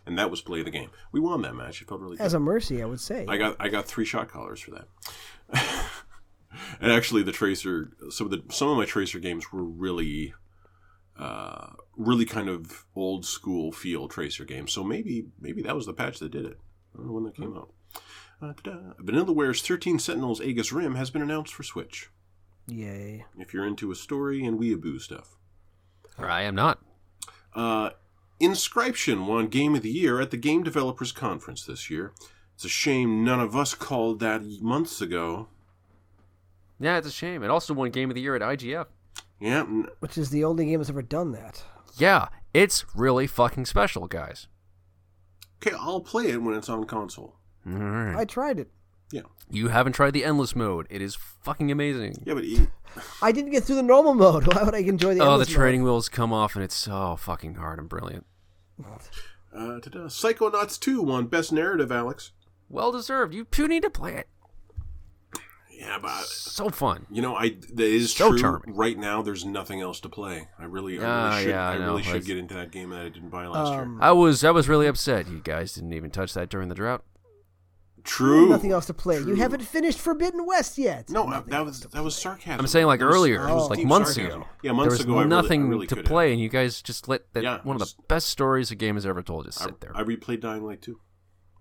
S2: And that was play of the game. We won that match. It felt really good.
S1: As a mercy, I would say.
S2: I got I got three shot collars for that. [laughs] and actually, the tracer some of the some of my tracer games were really, uh, really kind of old school feel tracer games. So maybe maybe that was the patch that did it. I don't know when that came out. Uh, da-da. VanillaWare's 13 Sentinels Aegis Rim has been announced for Switch.
S1: Yay.
S2: If you're into a story and weeaboo stuff.
S3: Or I am not.
S2: Uh, Inscription won Game of the Year at the Game Developers Conference this year. It's a shame none of us called that months ago.
S3: Yeah, it's a shame. It also won Game of the Year at IGF.
S2: Yeah, n-
S1: Which is the only game that's ever done that.
S3: Yeah, it's really fucking special, guys.
S2: Okay, I'll play it when it's on console.
S3: All
S2: Hmm.
S3: right.
S1: I tried it.
S2: Yeah,
S3: You haven't tried the endless mode. It is fucking amazing.
S2: yeah, but e-
S1: I didn't get through the normal mode. [laughs] Why would I enjoy the?
S3: oh, the
S1: endless mode?
S3: training wheels come off, and it's so fucking hard and brilliant.
S2: uh, ta-da. Psychonauts two won best narrative. Alex.
S3: Well deserved. You two need to play it.
S2: Yeah, but
S3: So fun.
S2: you know, I that is
S3: So
S2: true.
S3: charming.
S2: Right now, there's nothing else to play. I really, I
S3: Ah,
S2: really should,
S3: yeah, I
S2: I
S3: know.
S2: really should
S3: It's-
S2: get into that game that I didn't buy last year.
S1: Um,
S3: I was I was really upset. You guys didn't even touch that during the drought.
S2: True.
S1: Nothing else to play. You
S2: True.
S1: haven't finished Forbidden West yet.
S2: No, I,
S1: Nothing
S2: that
S1: else
S2: was
S1: to
S2: that was
S1: play.
S2: sarcasm.
S3: I'm saying like
S2: That was-
S3: earlier,
S2: that was
S1: like
S2: deep
S3: months
S2: sarcasm.
S3: ago.
S2: Yeah,
S3: There
S2: months
S3: was
S2: ago. I really- I
S3: nothing
S2: really
S3: to
S2: couldn't.
S3: play, and you guys just let that
S2: Yeah,
S3: one of the
S2: just-
S3: best stories a game has ever told just sit there.
S2: I replayed Dying Light too,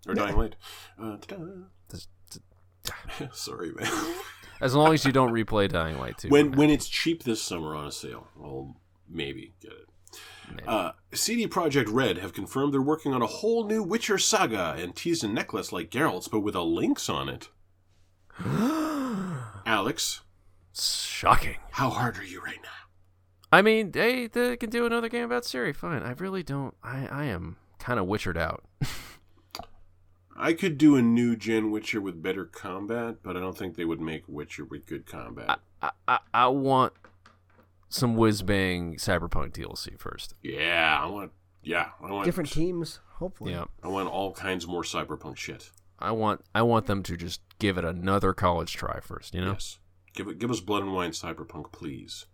S2: or Dying Light. Uh, ta-da.
S3: Just- just-
S2: [laughs] Sorry, man.
S3: as long as you don't replay Dying Light 2.
S2: when when it's cheap this summer on a sale, I'll maybe get it.
S3: Maybe.
S2: Uh, CD Projekt Red have confirmed they're working on a whole new Witcher saga and teased a necklace like Geralt's, but with a lynx on it. Alex,
S3: [gasps] Shocking.
S2: how hard are you right now?
S3: I mean, they, they can do another game about Siri. Fine. I really don't. I, I am kind of witchered out.
S2: I could do a new gen Witcher with better combat, but I don't think they would make Witcher with good combat.
S3: I, I, I want some whiz bang Cyberpunk DLC first.
S2: yeah, I want. Yeah, I want
S1: different teams. Hopefully, [laughs]
S3: Yeah.
S2: I want all kinds more cyberpunk shit.
S3: I want I want them to just give it another college try first, you know?
S2: Yes, give it, give us blood and wine cyberpunk, please.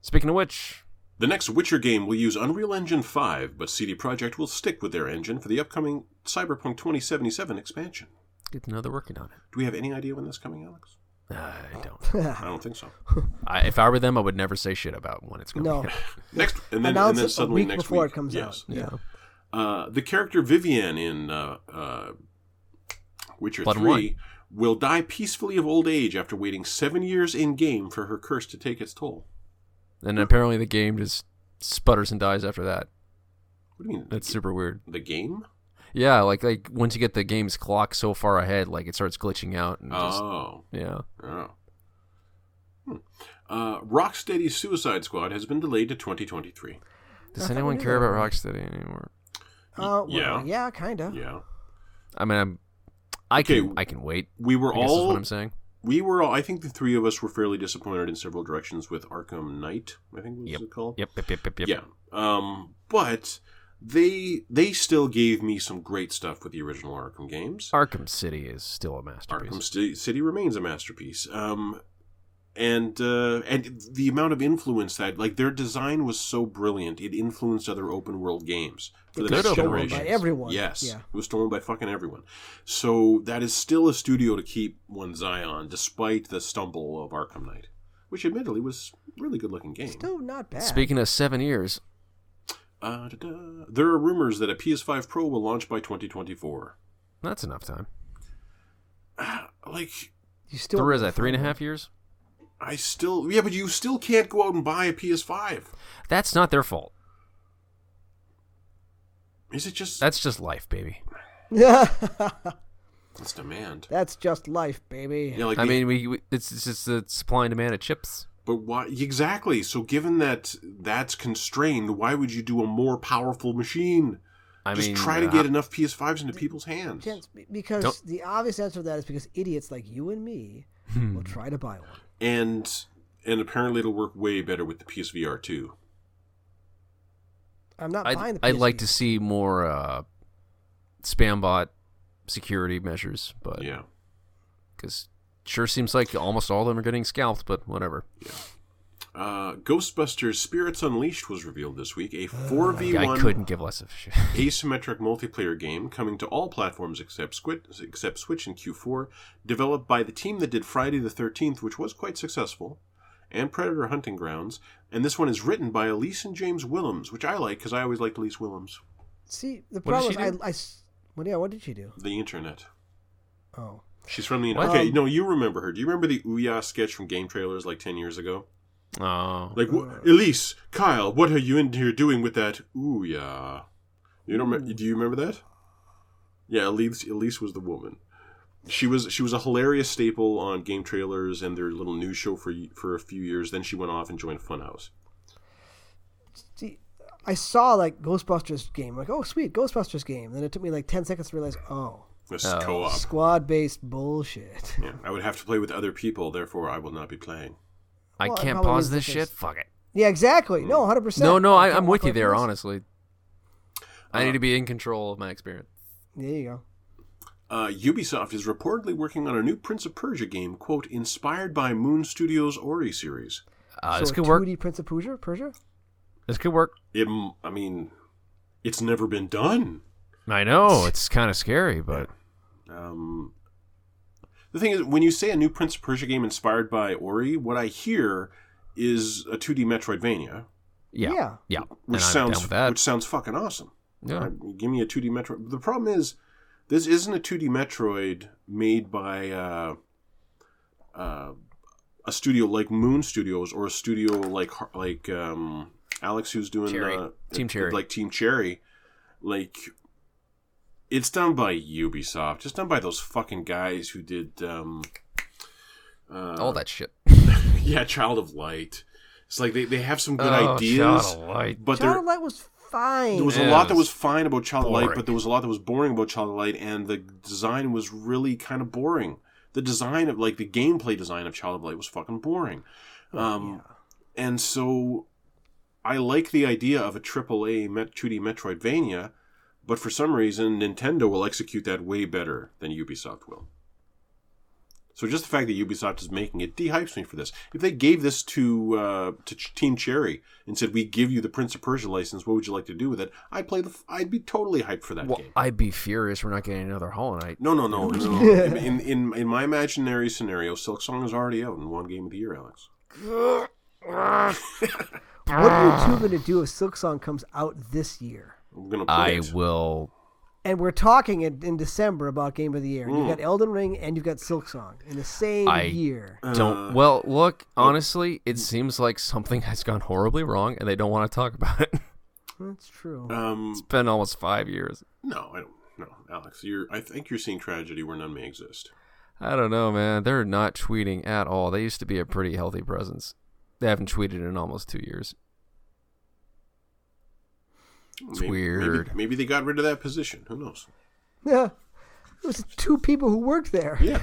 S3: Speaking of which,
S2: The next Witcher game will use Unreal Engine 5, but CD Projekt will stick with their engine for the upcoming Cyberpunk 2077 expansion.
S3: good to know they're working on it.
S2: Do we have any idea when that's coming, Alex?
S3: I don't.
S2: I don't think so.
S3: I, if I were them, I would never say shit about when it's going to
S1: No.
S3: be.
S2: Next, and then,
S1: Announce
S2: and then
S1: it a
S2: suddenly
S1: week
S2: next
S1: before
S2: week
S1: it comes
S2: yes.
S1: out. Yeah.
S2: Uh, the character Vivian in uh, uh, Witcher
S3: Blood and
S2: 3 will die peacefully of old age after waiting seven years in game for her curse to take its toll.
S3: And apparently the game just sputters and dies after that.
S2: What do you mean?
S3: That's super weird.
S2: The game?
S3: Yeah, like like once you get the game's clock so far ahead, like it starts glitching out and just
S2: Oh.
S3: yeah.
S2: Oh. Hmm. Uh, Rocksteady's Suicide Squad has been delayed to 2023.
S1: I
S3: Does
S1: thought we
S3: anyone
S1: knew
S3: care
S1: that
S3: about
S1: already.
S3: Rocksteady anymore?
S1: Uh, well,
S2: Yeah.
S1: yeah, kind of.
S2: Yeah.
S3: I mean, I'm, I
S2: Okay.
S3: can I can wait.
S2: We were
S3: I guess is
S2: all
S3: what I'm saying.
S2: we were all I think the three of us were fairly disappointed in several directions with Arkham Knight, I think was it called.
S3: Yep, yep, yep, yep, yep.
S2: Yeah. Um but they they still gave me some great stuff with the original Arkham games.
S3: Arkham City is still a masterpiece.
S2: Arkham City, City remains a masterpiece. Um, and uh, and the amount of influence that like their design was so brilliant, it influenced other open world games for the
S1: It was
S3: Good
S2: next
S3: open
S1: stolen
S3: world
S2: generation.
S1: by
S3: generations.
S1: everyone.
S2: Yes,
S1: Yeah.
S2: it was stolen by fucking everyone. So that is still a studio to keep one's eye on, despite the stumble of Arkham Knight, which admittedly was a really good looking game.
S1: Still not bad.
S3: Speaking of seven years,
S2: Uh, da-da. There are rumors that a PS5 Pro will launch by 2024.
S3: that's enough time.
S2: Ah, Like
S1: you still
S3: Three is that three and a half years?
S2: I still, yeah, but you still can't go out and buy a PS5.
S3: That's not their fault.
S2: Is it just
S3: That's just life, baby.
S2: That's demand.
S1: [laughs] That's just life, baby.
S2: Yeah, like
S3: I
S2: the-
S3: mean, we, we it's, it's just the supply and demand of chips.
S2: but why exactly? So given that that's constrained, why would you do a more powerful machine?
S3: I
S2: Just
S3: mean,
S2: try to
S3: uh,
S2: get enough PS5s into people's hands.
S1: Gents, be- because
S3: Don't-
S1: the obvious answer to that is because idiots like you and me
S3: Hmm.
S1: will try to buy one.
S2: And and apparently it'll work way better with the PSVR too.
S1: I'm not buying
S3: I'd,
S1: the.
S3: I'd like to
S1: PSV.
S3: see more uh, spam bot security measures, but
S2: yeah.
S3: because sure seems like almost all of them are getting scalped, but whatever.
S2: Uh, Ghostbusters Spirits Unleashed was revealed this week, a 4v1
S3: I couldn't give less of a shit. [laughs]
S2: asymmetric multiplayer game coming to all platforms except Squid, except Switch in Q4, developed by the team that did Friday the 13th, which was quite successful, and Predator Hunting Grounds. And this one is written by Elise and James Willems, which I like because I always liked Elise Willems.
S1: See, the
S3: What did
S1: problem
S3: she
S1: is,
S3: do?
S1: I, I s- Well, yeah, what did she do?
S2: The internet.
S1: Oh.
S2: She's from the internet.
S1: What?
S2: Okay,
S1: Um,
S2: no, you remember her. Do you remember the Ouya sketch from game trailers like 10 years ago?
S3: Oh,
S2: Like, wh- Elise, Kyle, what are you in here doing with that Ouya? You don't remember, do you remember that? Yeah, Elise, Elise was the woman. She was she was a hilarious staple on game trailers and their little news show for y- for a few years. Then she went off and joined Funhouse.
S1: See, I saw, like, Ghostbusters game. Like, oh, sweet, Ghostbusters game. Then it took me, like, 10 seconds to realize, oh,
S2: This
S3: Oh.
S2: is co-op.
S1: squad based bullshit. [laughs]
S2: Yeah, I would have to play with other people, therefore I will not be playing.
S3: I
S1: well, it
S3: can't
S1: probably
S3: pause
S1: is the
S3: this
S1: case.
S3: shit. Fuck it.
S1: Yeah, exactly. No, 100%.
S3: No, no, I,
S1: can't
S3: I'm
S1: walk
S3: with you
S1: away from
S3: there.
S1: this.
S3: Honestly, I need to be in control of my experience.
S1: There you go.
S2: Uh, Ubisoft is reportedly working on a new Prince of Persia game, quote, inspired by Moon Studios' Ori series.
S3: Uh,
S1: so
S3: this
S1: a
S3: could work.
S1: 2D Prince of Persia? Persia?
S3: This could work.
S2: It, m- I mean, it's never been done.
S3: I know it's kind of scary, but
S2: Um, the thing is, when you say a new Prince of Persia game inspired by Ori, what I hear is a 2D Metroidvania,
S3: yeah, yeah,
S1: Yeah.
S2: which
S3: and I'm
S2: sounds
S3: down with that.
S2: which sounds fucking awesome.
S3: yeah.
S2: Uh, give me a 2D Metroid. The problem is, this isn't a 2D Metroid made by uh, uh, a studio like Moon Studios or a studio like Har- like um, Alex, who's doing
S3: Cherry.
S2: Uh,
S3: Team
S2: uh,
S3: Cherry.
S2: like Team Cherry, like. It's done by Ubisoft. It's done by those fucking guys who did um, [laughs] uh,
S3: all that shit.
S2: Yeah, Child of Light. It's like they, they have some good
S3: Oh,
S2: ideas,
S3: God almighty.
S2: but they're
S1: Child of Light was fine.
S2: there was a
S3: Yeah,
S2: lot
S3: it
S2: that
S3: was
S2: was fine about Child of Light,
S3: boring.
S2: but there was a lot that was boring about Child of Light, and the design was really kind of boring. The design of like the gameplay design of Child of Light was fucking boring. Um, And so, I like the idea of a AAA Met- 2D Metroidvania, but for some reason, Nintendo will execute that way better than Ubisoft will. So just the fact that Ubisoft is making it de-hypes me for this. If they gave this to uh, to Ch- Team Cherry and said, "We give you the Prince of Persia license. What would you like to do with it?" I'd play the. F- I'd be totally hyped for that
S3: Well,
S2: game.
S3: I'd be furious we're not getting another Hollow Knight.
S2: No, no, no, no. no. in, in in in my imaginary scenario, Silk Song is already out in one game of the year, Alex.
S1: What are you two going to do if Silk Song comes out this year?
S2: I'm gonna play
S3: I
S2: it.
S3: will.
S1: And we're talking in, in December about Game of the Year.
S2: Mm.
S1: You've got Elden Ring and you've got Silk Song in the same
S3: I-
S1: year.
S2: Uh,
S3: Don't. Well, look. Honestly, it seems like something has gone horribly wrong, and they don't want to talk about it. [laughs]
S1: That's true.
S2: Um,
S3: it's been almost five years.
S2: no, I don't. No, Alex, you're. I think you're seeing tragedy where none may exist.
S3: I don't know, man. They're not tweeting at all. They used to be a pretty healthy presence. They haven't tweeted in almost two years.
S2: It's
S3: weird.
S2: Maybe, they got rid of that position. Who knows? Uh,
S1: [laughs] Yeah. It was two people who worked there. [laughs]
S2: Yeah.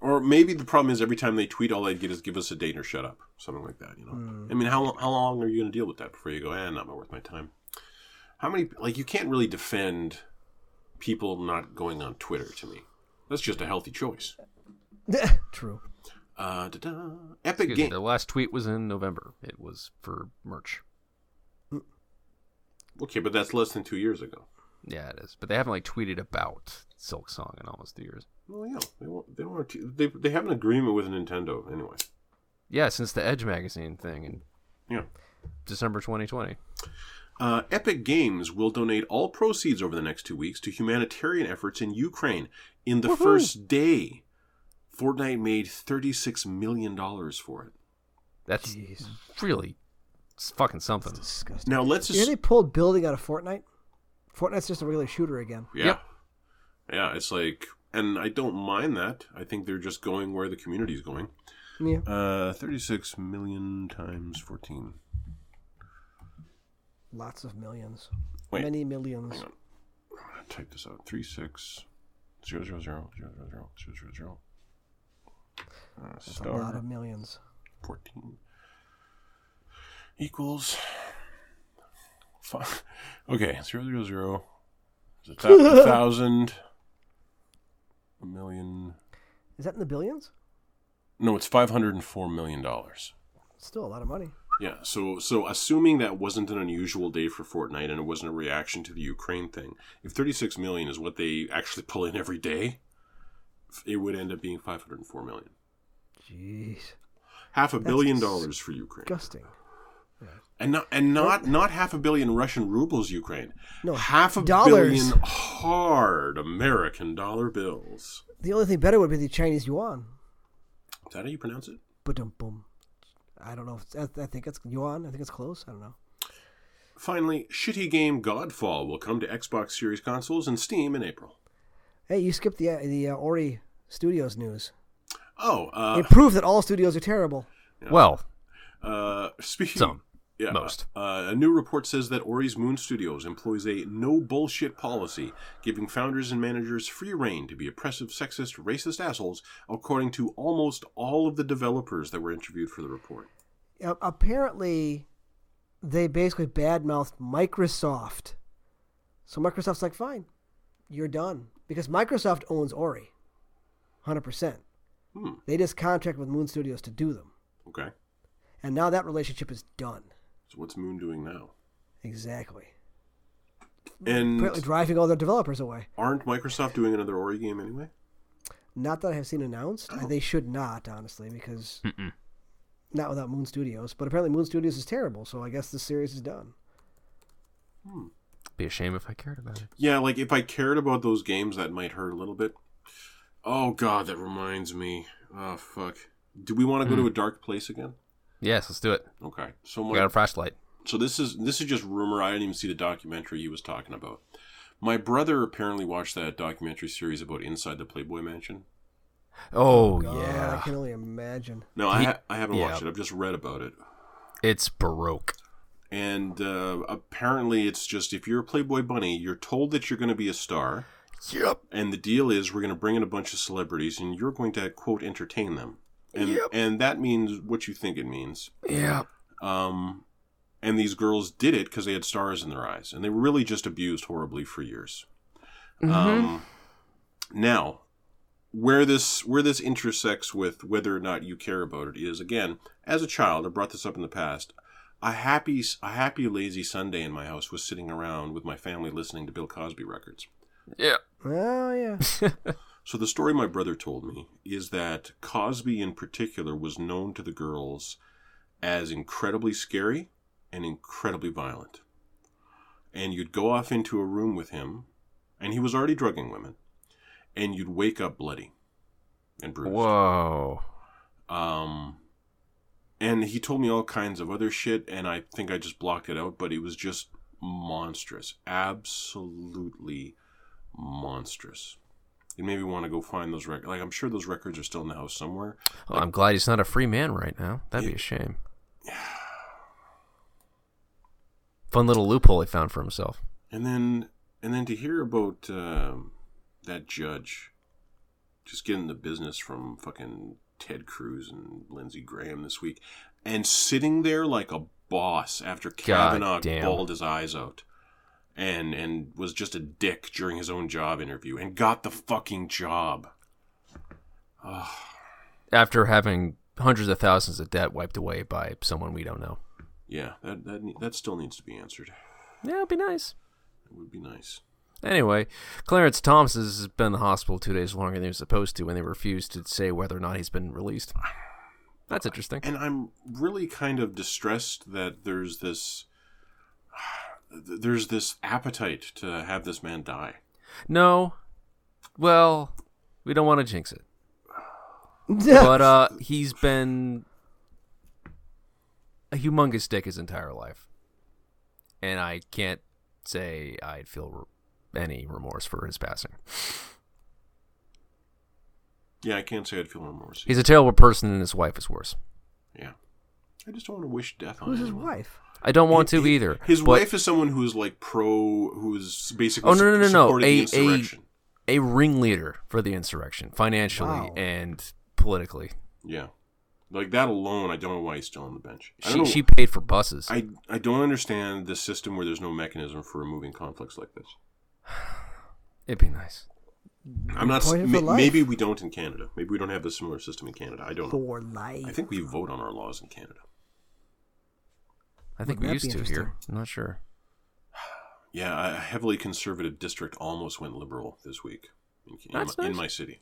S2: Or maybe the problem is every time they tweet, all they get is give us a date or shut up, something like that. You know.
S3: Hmm.
S2: I mean, how how long are you going to deal with that before you go? Eh, not worth my time. How many like you can't really defend people not going on Twitter to me. That's just a healthy choice.
S1: true.
S2: Uh, da-da. Epic
S3: Excuse me,
S2: Games.
S3: their last tweet was in November. It was for merch.
S2: Okay, but that's less than two years ago.
S3: Yeah, it is. But they haven't like tweeted about Silk Song in almost two years.
S2: Well, yeah, they won't, they don't want to, they they have an agreement with Nintendo anyway.
S3: Yeah, since the Edge magazine thing in
S2: Yeah.
S3: December 2020.
S2: Uh, Epic Games will donate all proceeds over the next two weeks to humanitarian efforts in Ukraine. In the first day, Fortnite made thirty-six million dollars for it.
S3: That's really s- fucking something.
S1: Disgusting.
S2: Now let's
S1: You know
S2: just
S1: they pulled building out of Fortnite? Fortnite's just a regular shooter again.
S2: yeah,
S3: Yep.
S2: yeah. It's like, and I don't mind that. I think they're just going where the community's going.
S1: Yeah.
S2: Uh, thirty-six million times fourteen.
S1: Lots of millions.
S2: Wait.
S1: Many millions.
S2: Hang on. I'm gonna type this out. Three six zero zero zero zero zero zero zero zero zero. Uh,
S1: That's a lot
S2: star
S1: of millions.
S2: fourteen equals five. [laughs] Okay, zero zero zero. It's
S1: [laughs]
S2: a, thou- a thousand, a million.
S1: Is that in the billions?
S2: No, it's five hundred and four million dollars.
S1: Still a lot of money.
S2: Yeah, so so assuming that wasn't an unusual day for Fortnite and it wasn't a reaction to the Ukraine thing, if 36 million is what they actually pull in every day, f- it would end up being 504 million.
S1: Jeez.
S2: Half a
S1: That's
S2: billion
S1: dis-
S2: dollars for Ukraine.
S1: Disgusting.
S2: And not and not not half a billion Russian rubles Ukraine.
S1: No,
S2: half a
S1: dollars.
S2: billion hard American dollar bills.
S1: The only thing better would be the Chinese yuan.
S2: Is that how you pronounce it?
S1: But boom. I don't know. If, I, I think it's yuan. I think it's close. I don't know.
S2: Finally, shitty game Godfall will come to Xbox Series consoles and Steam in April.
S1: Hey, you skipped the uh, the uh, Ori Studios news.
S2: Oh, uh,
S1: It proved that all studios are terrible.
S3: Well,
S2: uh [laughs] speaking
S3: some.
S2: Yeah,
S3: Most.
S2: Uh, a new report says that Ori's Moon Studios employs a no bullshit policy, giving founders and managers free reign to be oppressive, sexist, racist assholes, according to almost all of the developers that were interviewed for the report.
S1: Uh, apparently, they basically badmouthed Microsoft. So Microsoft's like, fine, you're done. Because Microsoft owns Ori 100%.
S2: Hmm.
S1: They just contract with Moon Studios to do them.
S2: Okay.
S1: And now that relationship is done.
S2: So what's Moon doing now?
S1: Exactly. Apparently,
S2: And
S1: driving all their developers away.
S2: aren't Microsoft doing another Ori game anyway?
S1: Not that I have seen announced.
S2: Oh.
S1: They should not, honestly, because
S3: Mm-mm.
S1: not without Moon Studios. But apparently, Moon Studios is terrible, so I guess this series is done.
S3: Be a shame if I cared about it.
S2: Hmm. Yeah, like if I cared about those games, that might hurt a little bit. Oh God, that reminds me. Oh fuck. Do we want to go to a dark place again?
S3: Yes, let's do it.
S2: Okay. So
S3: I
S2: much.
S3: got a flashlight.
S2: so this is this is just rumor. I didn't even see the documentary he was talking about. My brother apparently watched that documentary series about inside the Playboy Mansion.
S3: Oh,
S1: God, I
S3: yeah.
S1: can only imagine.
S2: No, I, ha- I haven't
S3: yeah.
S2: watched it. I've just read about it.
S3: It's baroque.
S2: And uh, apparently, it's just if you're a Playboy bunny, you're told that you're going to be a star,
S3: Yep.
S2: and the deal is we're going to bring in a bunch of celebrities, and you're going to quote entertain them, and
S3: Yep.
S2: and that means what you think it means.
S3: Yeah.
S2: Um, and these girls did it because they had stars in their eyes, and they were really just abused horribly for years.
S3: Mm-hmm.
S2: Um, now, where this where this intersects with whether or not you care about it is again, as a child, I brought this up in the past. A happy a happy lazy Sunday in my house was sitting around with my family listening to Bill Cosby records.
S3: Yeah.
S1: Oh yeah. [laughs]
S2: So the story my brother told me is that Cosby in particular was known to the girls as incredibly scary and incredibly violent. and you'd go off into a room with him, and he was already drugging women, and you'd wake up bloody and bruised.
S3: Whoa.
S2: Um, and he told me all kinds of other shit, and I think I just blocked it out, but it was just monstrous. Absolutely monstrous. It made me want to go find those records. Like, I'm sure those records are still in the house somewhere.
S3: Well, I'm glad he's not a free man right now. That'd be a shame. Fun little loophole he found for himself.
S2: And then, and then to hear about um, that judge just getting the business from fucking Ted Cruz and Lindsey Graham this week, and sitting there like a boss after Kavanaugh
S3: damn.
S2: bawled his eyes out, and and was just a dick during his own job interview, and got the fucking job.
S3: After having hundreds of thousands of debt wiped away by someone we don't know.
S2: Yeah, that that ne- that still needs to be answered.
S3: Yeah, it'd be nice.
S2: It would be nice.
S3: Anyway, Clarence Thompson has been in the hospital two days longer than he was supposed to, and they refused to say whether or not he's been released. That's interesting.
S2: And I'm really kind of distressed that there's this there's this appetite to have this man die.
S3: No. Well, we don't want to jinx it. [laughs] But uh he's been a humongous dick his entire life. And I can't say I feel re- any remorse for his passing.
S2: Yeah, I can't say I'd feel remorse.
S3: He's a terrible person and his wife is worse.
S2: Yeah. I just don't want to wish death on
S1: Who's his
S2: anyone.
S1: wife?
S3: I don't want to
S2: He-
S3: either.
S2: His
S3: but
S2: wife is someone who's like pro, who's basically
S3: Oh, no, no, no, no.
S2: supported the
S3: A- a-
S2: insurrection.
S3: a ringleader for the insurrection, financially
S1: Wow.
S3: and politically.
S2: Yeah, like that alone, I don't know why he's still on the bench. I don't
S3: She
S2: know,
S3: she paid for buses.
S2: I I don't understand the system where there's no mechanism for removing conflicts like this.
S3: It'd be nice.
S2: I'm not. s-
S1: Appointed
S2: ma-
S1: for life.
S2: maybe we don't in Canada. Maybe we don't have a similar system in Canada. I don't. know.
S1: For life.
S2: I think we vote on our laws in Canada.
S3: I
S1: Wouldn't
S3: think we
S1: that
S3: used
S1: be
S3: to here.
S1: interesting?
S3: I'm not sure.
S2: Yeah, a heavily conservative district almost went liberal this week in, in,
S3: That's
S2: my- in
S3: nice.
S2: my city.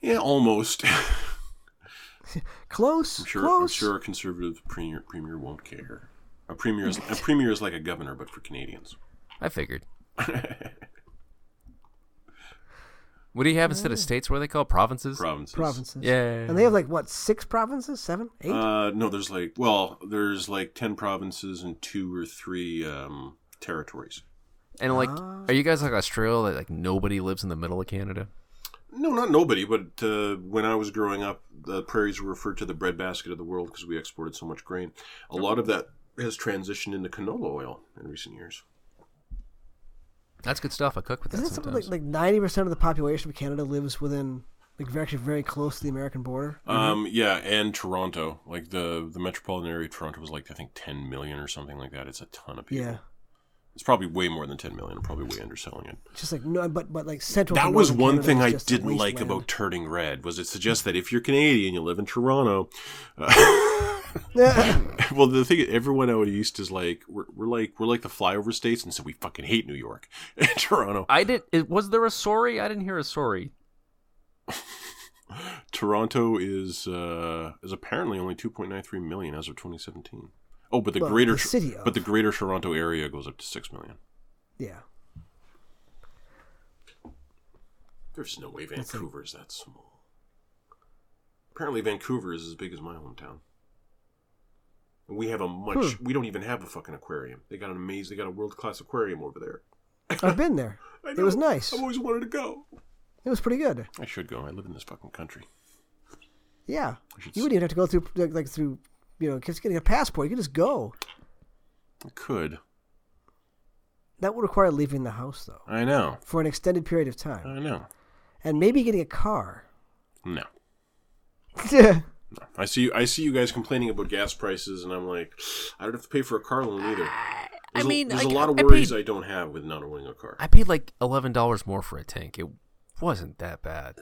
S2: Yeah, almost. [laughs]
S1: close.
S2: I'm sure.
S1: close.
S2: I'm sure a conservative premier premier won't care. A premier is a premier is like a governor, but for Canadians. [laughs]
S3: I figured. What do you have instead of states? What are they called? Provinces?
S2: provinces.
S1: Provinces.
S3: Yeah.
S1: And they have like what six provinces? Seven? Eight?
S2: Uh, no, there's like well, there's like ten provinces and two or three um, territories.
S3: And like,
S1: Ah.
S3: are you guys like Australia? That like nobody lives in the middle of Canada.
S2: No, not nobody, but uh, when I was growing up, the prairies were referred to the breadbasket of the world because we exported so much grain. A lot of that has transitioned into canola oil in recent years.
S3: That's good stuff. I cook with that
S1: Isn't it something
S3: sometimes.
S1: like like ninety percent of the population of Canada lives within like very- actually very close to the American border?
S2: Um, yeah, and Toronto, like the the metropolitan area of Toronto was like I think ten million or something like that. It's a ton of people.
S1: Yeah.
S2: It's probably way more than 10 million. I'm probably way underselling it.
S1: Just like no, but but like central. to
S2: that was
S1: northern
S2: one
S1: Canada
S2: thing
S1: is
S2: I
S1: just a
S2: didn't like
S1: wasteland.
S2: about Turning Red was it suggests that if you're Canadian, you live in
S1: [laughs]
S2: Toronto. [laughs] well, the thing everyone out east is like we're, we're like we're like the flyover states, and so we fucking hate New York [laughs] and Toronto.
S3: I did. It, was there a sorry? I didn't hear a sorry.
S2: Toronto is uh, is apparently only 2.93 million as of 2017. Oh, but the
S1: Well,
S2: greater
S1: the city
S2: but
S1: of.
S2: the greater Toronto area goes up to six million.
S1: Yeah.
S2: [laughs] There's no way
S1: That's like-
S2: Vancouver is that small. Apparently, Vancouver is as big as my hometown. And we have a much.
S1: Hmm.
S2: We don't even have a fucking aquarium. They got an amazing. They got a world class aquarium over there.
S1: I've been there.
S2: I
S1: It was nice.
S2: I've always wanted to go.
S1: It was pretty good.
S2: I should go. I live in this fucking country.
S1: Yeah.
S2: should
S1: You wouldn't even have to go through like, like through you know just getting a passport. You could just go.
S2: I could.
S1: That would require leaving the house though
S2: I know.
S1: for an extended period of time,
S2: I know.
S1: and maybe getting a
S2: [laughs]
S1: car.
S2: No.
S1: yeah.
S2: No. I see. You, I see you guys complaining about gas prices, and I'm like, I don't have to pay for a car loan
S1: [sighs]
S2: either.
S1: Ah,
S2: There's a-
S3: mean,
S2: there's
S3: I-
S2: a lot of
S3: I
S2: worries
S3: paid-
S2: I don't have with not owning a car.
S3: I paid like eleven dollars more for a tank. It wasn't that bad.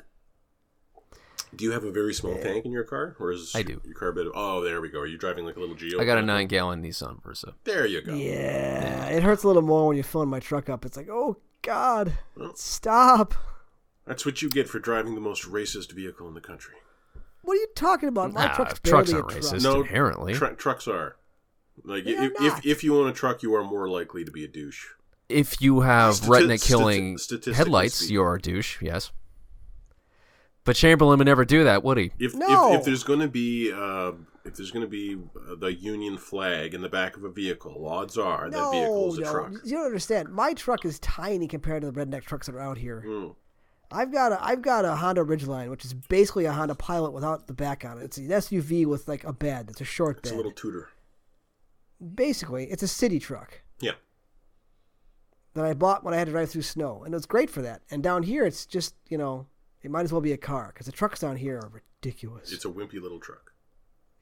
S2: Do you have a very small tank in your car, or is
S3: I do.
S2: your car bit? Oh, there we go. Are you driving like a little Geo?
S3: I got a nine-gallon Nissan Versa.
S2: There you go.
S1: It hurts a little more when you're filling my truck up. It's like, oh God, stop.
S2: That's what you get for driving the most racist vehicle in the country.
S1: What are you talking about? My
S3: Nah,
S1: truck's barely
S3: trucks
S1: a
S3: aren't
S1: truck.
S3: racist. Just inherently.
S2: tru- trucks are. Like
S1: They
S2: if,
S1: are
S2: if
S1: not.
S2: if you own a truck, you are more likely to be a douche.
S3: If you have
S2: Stati-
S3: retina killing
S2: stati- statistically
S3: headlights,
S2: speaking.
S3: you're a douche, yes. But Chamberlain would never do that, would he?
S2: If
S1: No.
S2: if, if there's going to be uh, if there's going to be uh, the Union flag in the back of a vehicle, odds are that vehicle
S1: No,
S2: is a
S1: no,
S2: truck.
S1: you don't understand. My truck is tiny compared to the redneck trucks that are out here.
S2: Mm.
S1: I've got a I've got a Honda Ridgeline, which is basically a Honda Pilot without the back on it. It's an SUV with like a bed. It's a short
S2: It's
S1: bed.
S2: a little Tudor.
S1: Basically, it's a city truck
S2: Yeah.
S1: that I bought when I had to drive through snow, and it's great for that. And down here, it's just you know, it might as well be a car because the trucks down here are ridiculous.
S2: It's a wimpy little truck.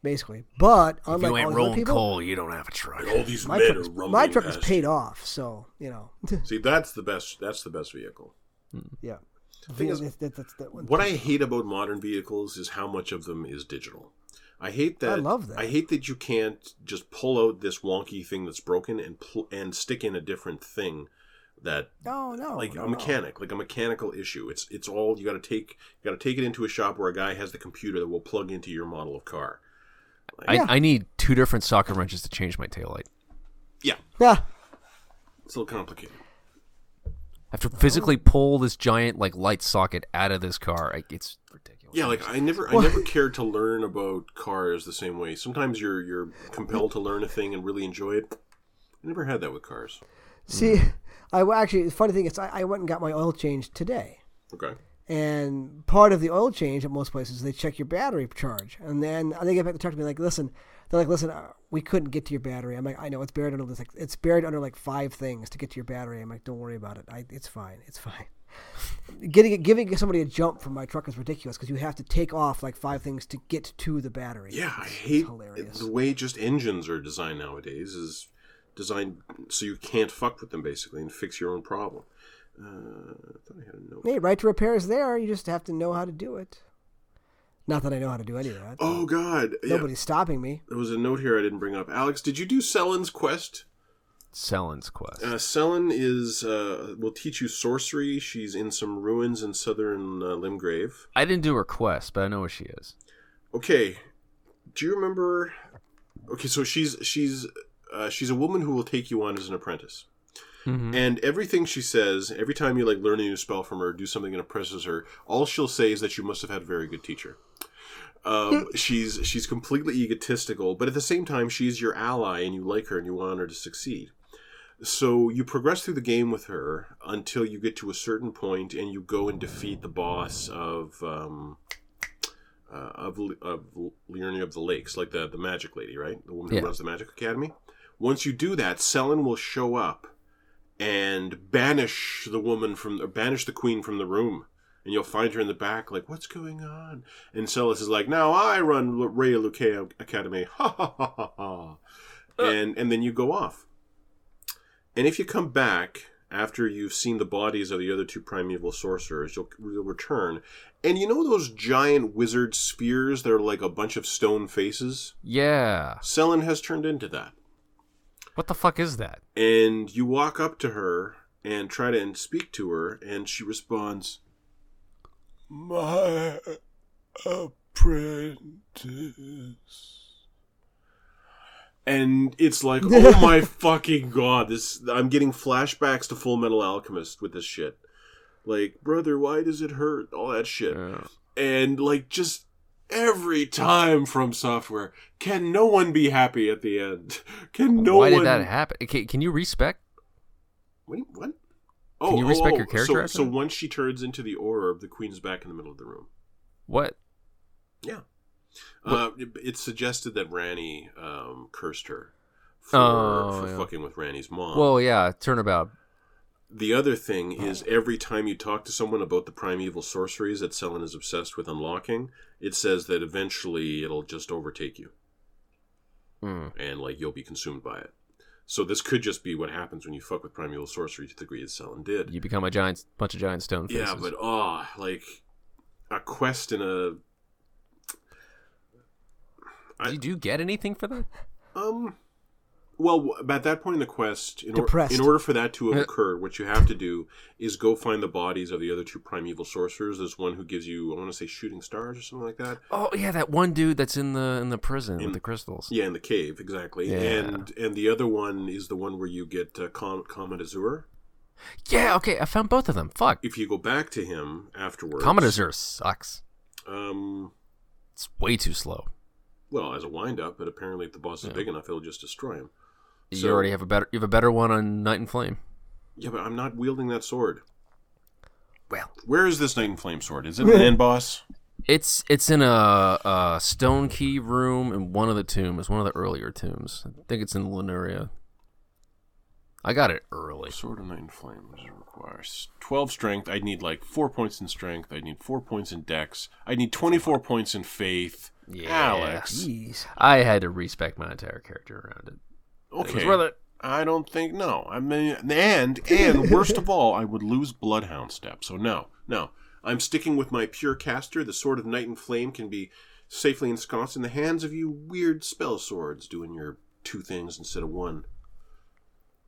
S1: basically, but unlike all these other people,
S3: you don't have a truck.
S2: And all these
S1: my
S2: men
S1: truck,
S2: are rumbling.
S1: my truck is
S2: past
S1: paid off, so you know,
S2: you. See, that's the best. That's the best vehicle.
S1: [laughs] yeah.
S2: thing is,
S1: That- that- that's that one.
S2: What I hate about modern vehicles is how much of them is digital. I hate that.
S1: I love that.
S2: I hate that you can't just pull out this wonky thing that's broken and pl- and stick in a different thing that
S1: no, no,
S2: like
S1: no,
S2: a
S1: no.
S2: mechanic, like a mechanical issue. It's it's all you got to take. You got to take it into a shop where a guy has the computer that will plug into your model of car.
S3: I,
S1: Yeah.
S3: I need two different soccer wrenches to change my taillight.
S2: Yeah,
S1: Yeah.
S2: it's a little complicated.
S3: I have to physically pull this giant like light socket out of this car. I, it's ridiculous.
S2: Yeah, like I never, I never cared to learn about cars the same way. Sometimes you're you're compelled to learn a thing and really enjoy it. I never had that with cars.
S1: [laughs] See,
S2: Hmm.
S1: I w- actually the funny thing is I, I went and got my oil changed today,
S2: Okay.
S1: and part of the oil change at most places they check your battery charge, and then they get back to talk to me like, listen, they're like, listen, uh, we couldn't get to your battery. I'm like, I know it's buried under this, like, it's buried under like five things to get to your battery. I'm like, don't worry about it. I, it's fine. It's fine. [laughs] Getting giving somebody a jump from my truck is ridiculous because you have to take off like five things to get to the battery.
S2: Yeah, I hate
S1: hilarious.
S2: the way just engines are designed nowadays. Is designed so you can't fuck with them basically and fix your own problem. Uh, I thought I had a note.
S1: Hey, right to repair is there. You just have to know how to do it. Not that I know how to do any of that.
S2: Oh God! Yeah,
S1: Nobody's stopping me.
S2: there was a note here I didn't bring up. Alex, did you do Selen's quest?
S3: Selen's quest.
S2: Uh, Selen is uh, will teach you sorcery. She's in some ruins in southern uh, Limgrave.
S3: I didn't do her quest, but I know where she is.
S2: Okay, do you remember? Okay, so she's she's uh, she's a woman who will take you on as an apprentice.
S3: Mm-hmm.
S2: And everything she says, every time you like learn a new spell from her, do something that impresses her, all she'll say is that you must have had a very good teacher. Um, she's she's completely egotistical, but at the same time, she's your ally, and you like her, and you want her to succeed. So you progress through the game with her until you get to a certain point, and you go and defeat the boss of um, uh, of L- of Liurnia of the Lakes, like the the magic lady, right? The woman who
S3: Yeah.
S2: runs the magic academy. Once you do that, Selen will show up and banish the woman from or banish the queen from the room and you'll find her in the back like what's going on and Celis is like now i run L- ray luque academy [laughs] ha ha ha ha ha and and then you go off and if you come back after you've seen the bodies of the other two primeval sorcerers you'll, you'll return and you know those giant wizard spears that are like a bunch of stone faces
S3: Yeah.
S2: Selen has turned into that
S3: What the fuck is that?
S2: and you walk up to her and try to and speak to her, and she responds,
S4: my apprentice.
S2: and it's like, oh my fucking god, this! I'm getting flashbacks to Full Metal Alchemist with this shit. Like, brother, why does it hurt? All that shit, and like just every time from software, can no one be happy at the end? [laughs] Can no
S3: Why
S2: one?
S3: did that happen? Okay, can you respect?
S2: What? what?
S3: you respect your character
S2: So,
S3: after
S2: so
S3: that?
S2: once she turns into the orb, the queen's back in the middle of the room.
S3: What?
S2: Yeah. Uh, it- it's suggested that Ranny um, cursed her for,
S3: Oh,
S2: for
S3: yeah.
S2: fucking with Ranny's mom.
S3: Well, oh. yeah, turnabout.
S2: the other thing is every time you talk to someone about the primeval sorceries that Selen is obsessed with unlocking, it says that eventually it'll just overtake you
S3: Mm.
S2: and like you'll be consumed by it. So this could just be what happens when you fuck with primeval sorcery to the degree that Selen did.
S3: You become a giant bunch of giant stone faces.
S2: Yeah, but ah, like a quest in a I-
S3: Did you do you get anything for that?
S2: um Well, w- at that point in the quest, in, or,
S1: Depressed.
S2: in order for that
S3: [laughs]
S2: to have occurred, what you have to do is go find the bodies of the other two primeval sorcerers. There's one who gives you, I want to say, shooting stars or something like that.
S3: Oh yeah, that one dude that's in the in the prison with the crystals.
S2: Yeah, in the cave, exactly.
S3: Yeah.
S2: And and the other one is the one where you get uh, Com- Comet Azure.
S3: Yeah, okay, I found both of them. Fuck.
S2: If you go back to him afterwards,
S3: Comet Azure sucks.
S2: Um,
S3: It's way too slow.
S2: well, as a wind up, but apparently if the boss is big enough, it'll just destroy him. So-
S3: you already have a better you have a better one on Night and Flame.
S2: Yeah, but I'm not wielding that sword.
S3: Well,
S2: Where is this Night and Flame sword? Is it an end boss?
S3: it's it's in a, a stone key room in one of the tombs, one of the earlier tombs. I think it's in Lenuria. I got it early.
S2: Sword of Night and Flames requires 12 strength. I'd need like 4 points in strength. I'd need 4 points in dex. I'd need 24 points in faith.
S3: Yeah.
S2: Alex.
S1: Jeez.
S3: I had to respect my entire character around it. It was
S2: Okay.
S3: worth it.
S2: I don't think no. I mean and and worst of all, I would lose bloodhound step. So no. No. I'm sticking with my pure caster. The Sword of Night and Flame can be safely ensconced in the hands of you weird spell swords doing your two things instead of one.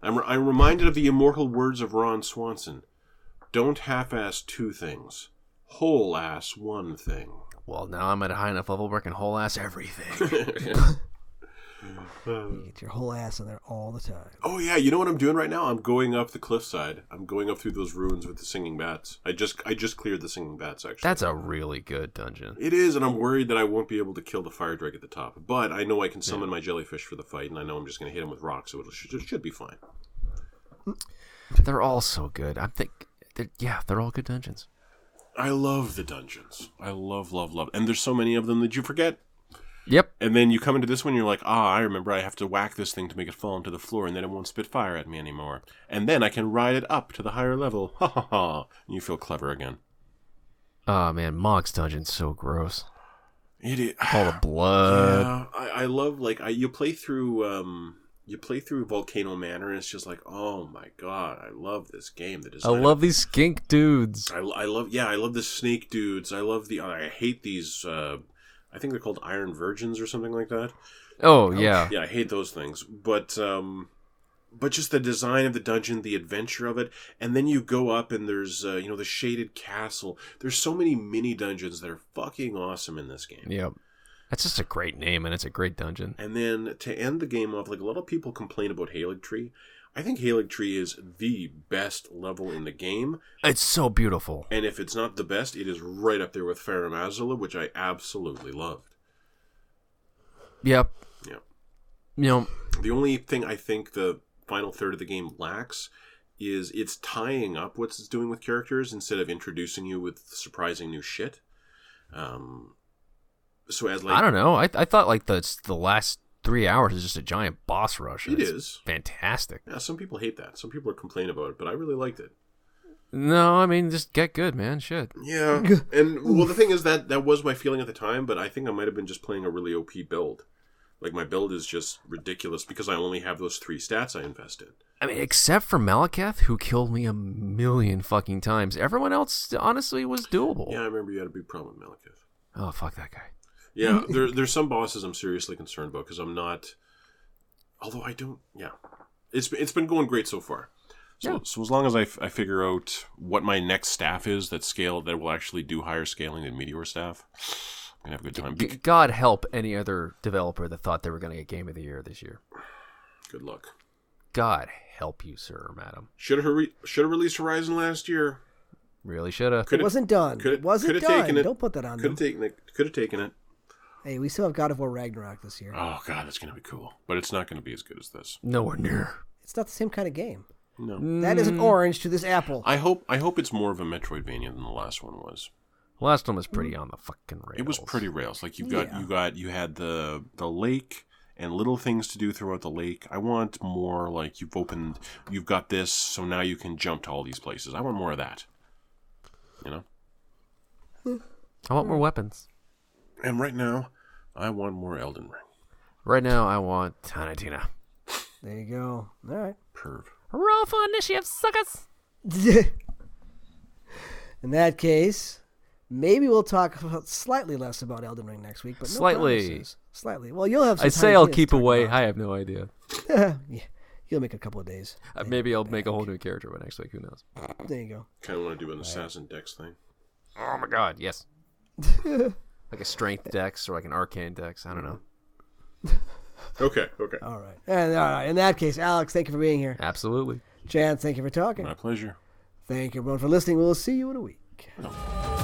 S2: I'm, I'm reminded of the immortal words of Ron Swanson. Don't half-ass two things. Whole-ass one thing.
S3: Well, now I'm at a high enough level where I can whole ass [laughs] everything.
S1: You get your whole ass in there all the time.
S2: Oh yeah, you know what I'm doing right now? I'm going up the cliffside. I'm going up through those ruins with the singing bats. I just I just cleared the singing bats actually.
S3: That's a really good dungeon.
S2: It is, and I'm worried that I won't be able to kill the fire drake at the top. But I know I can summon my jellyfish for the fight, and I know I'm just going to hit him with rocks, so it should, should be fine.
S3: They're all so good. I'm think they're, yeah, they're all good dungeons.
S2: I love the dungeons. I love, love, love, and there's so many of them that you forget.
S3: Yep.
S2: And then you come into this one, you're like, ah, I remember I have to whack this thing to make it fall onto the floor, and then it won't spit fire at me anymore. And then I can ride it up to the higher level. Ha ha ha! And you feel clever again.
S3: Oh man, Mog's dungeon's so gross.
S2: It is.
S3: All the blood.
S2: Yeah, I, I love like I you play through um you play through Volcano Manor and it's just like oh my god I love this game that is
S3: I love these skink dudes.
S2: I, I love yeah I love the snake dudes I love the I hate these uh I think they're called Iron Virgins or something like that
S3: Oh yeah.
S2: yeah I hate those things but um but just the design of the dungeon the adventure of it and then you go up and there's uh, you know the shaded castle there's so many mini dungeons that are fucking awesome in this game
S3: Yep. That's just a great name and it's a great dungeon.
S2: And then to end the game off, like a lot of people complain about Halig Tree. I think Halig Tree is the best level in the game,
S3: It's so beautiful.
S2: and if it's not the best, it is right up there with Farum Azula, which I absolutely loved.
S3: Yep.
S2: Yep.
S3: You know,
S2: The only thing I think the final third of the game lacks is it's tying up what it's doing with characters instead of introducing you with surprising new shit. Um, so as like
S3: I don't know. I, I thought like the the last three hours is just a giant boss rush. and
S2: It
S3: it's
S2: is.
S3: fantastic.
S2: yeah, some people hate that. Some people are complaining about it, but I really liked it.
S3: No, I mean just get good, man. Shit. [laughs]
S2: Yeah, and well, the thing is that that was my feeling at the time, but I think I might have been just playing a really OP build. Like my build is just ridiculous because I only have those three stats I invest in.
S3: I mean, except for Malakath, who killed me a million fucking times. Everyone else, honestly, was doable.
S2: Yeah, I remember you had a big problem, with Malekith.
S3: Oh fuck that guy. [laughs]
S2: Yeah, there, there's some bosses I'm seriously concerned about because I'm not. Although I don't, yeah, it's it's been going great so far. So,
S3: Yeah.
S2: so as long as I, f- I figure out what my next staff is that scale that will actually do higher scaling than meteor staff, I'm gonna have a good time.
S3: G-
S2: Bec-
S3: God help any other developer that thought they were going to get Game of the Year this year.
S2: good luck.
S3: God help you, sir or madam.
S2: Should have re- should have released Horizon last year.
S3: Really should have.
S1: it wasn't done.
S2: coulda-
S1: it wasn't
S2: coulda
S1: done.
S2: taken it.
S1: Don't put that on
S2: Could have
S1: them.
S2: taken it. Could have taken it.
S1: Hey, we still have God of War Ragnarok this year.
S2: Oh god, that's gonna be cool. But it's not gonna be as good as this.
S3: Nowhere near.
S1: It's not the same kind of game.
S2: No.
S1: That
S3: Mm,
S1: is an orange to this apple.
S2: I hope. I hope it's more of a Metroidvania than the last one was.
S3: Last one was pretty on the fucking rails.
S2: It was pretty rails. Like you got,
S1: Yeah.
S2: you got, you had the the lake and little things to do throughout the lake. I want more. Like you've opened, you've got this, so now you can jump to all these places. I want more of that. You know.
S3: I want more weapons.
S2: And right now, I want more Elden Ring.
S3: Right now, I want Tanatina.
S1: There you go. All right. [laughs]
S2: Perv.
S3: Roll for initiative, suckers.
S1: In that case, Maybe we'll talk about slightly less about Elden Ring next week, but no
S3: Slightly.
S1: promises. slightly. Well, you'll have. Some
S3: I
S1: time
S3: say I'll
S1: to
S3: keep
S1: talk
S3: away.
S1: about-
S3: I have no idea.
S1: yeah, you'll make a couple of days.
S3: Uh, Maybe I'll make a whole new character by next week. Who knows?
S1: There you go.
S2: Kind of want to do an assassin dex thing.
S3: Oh my god, [laughs] yes. like a strength dex or like an arcane dex. I don't know.
S2: Okay, okay.
S1: All right. And all right. In that case, Alex, thank you for being here.
S3: Absolutely.
S1: Jan, thank you for talking.
S2: My pleasure.
S1: Thank you, everyone, for listening. We'll see you in a week.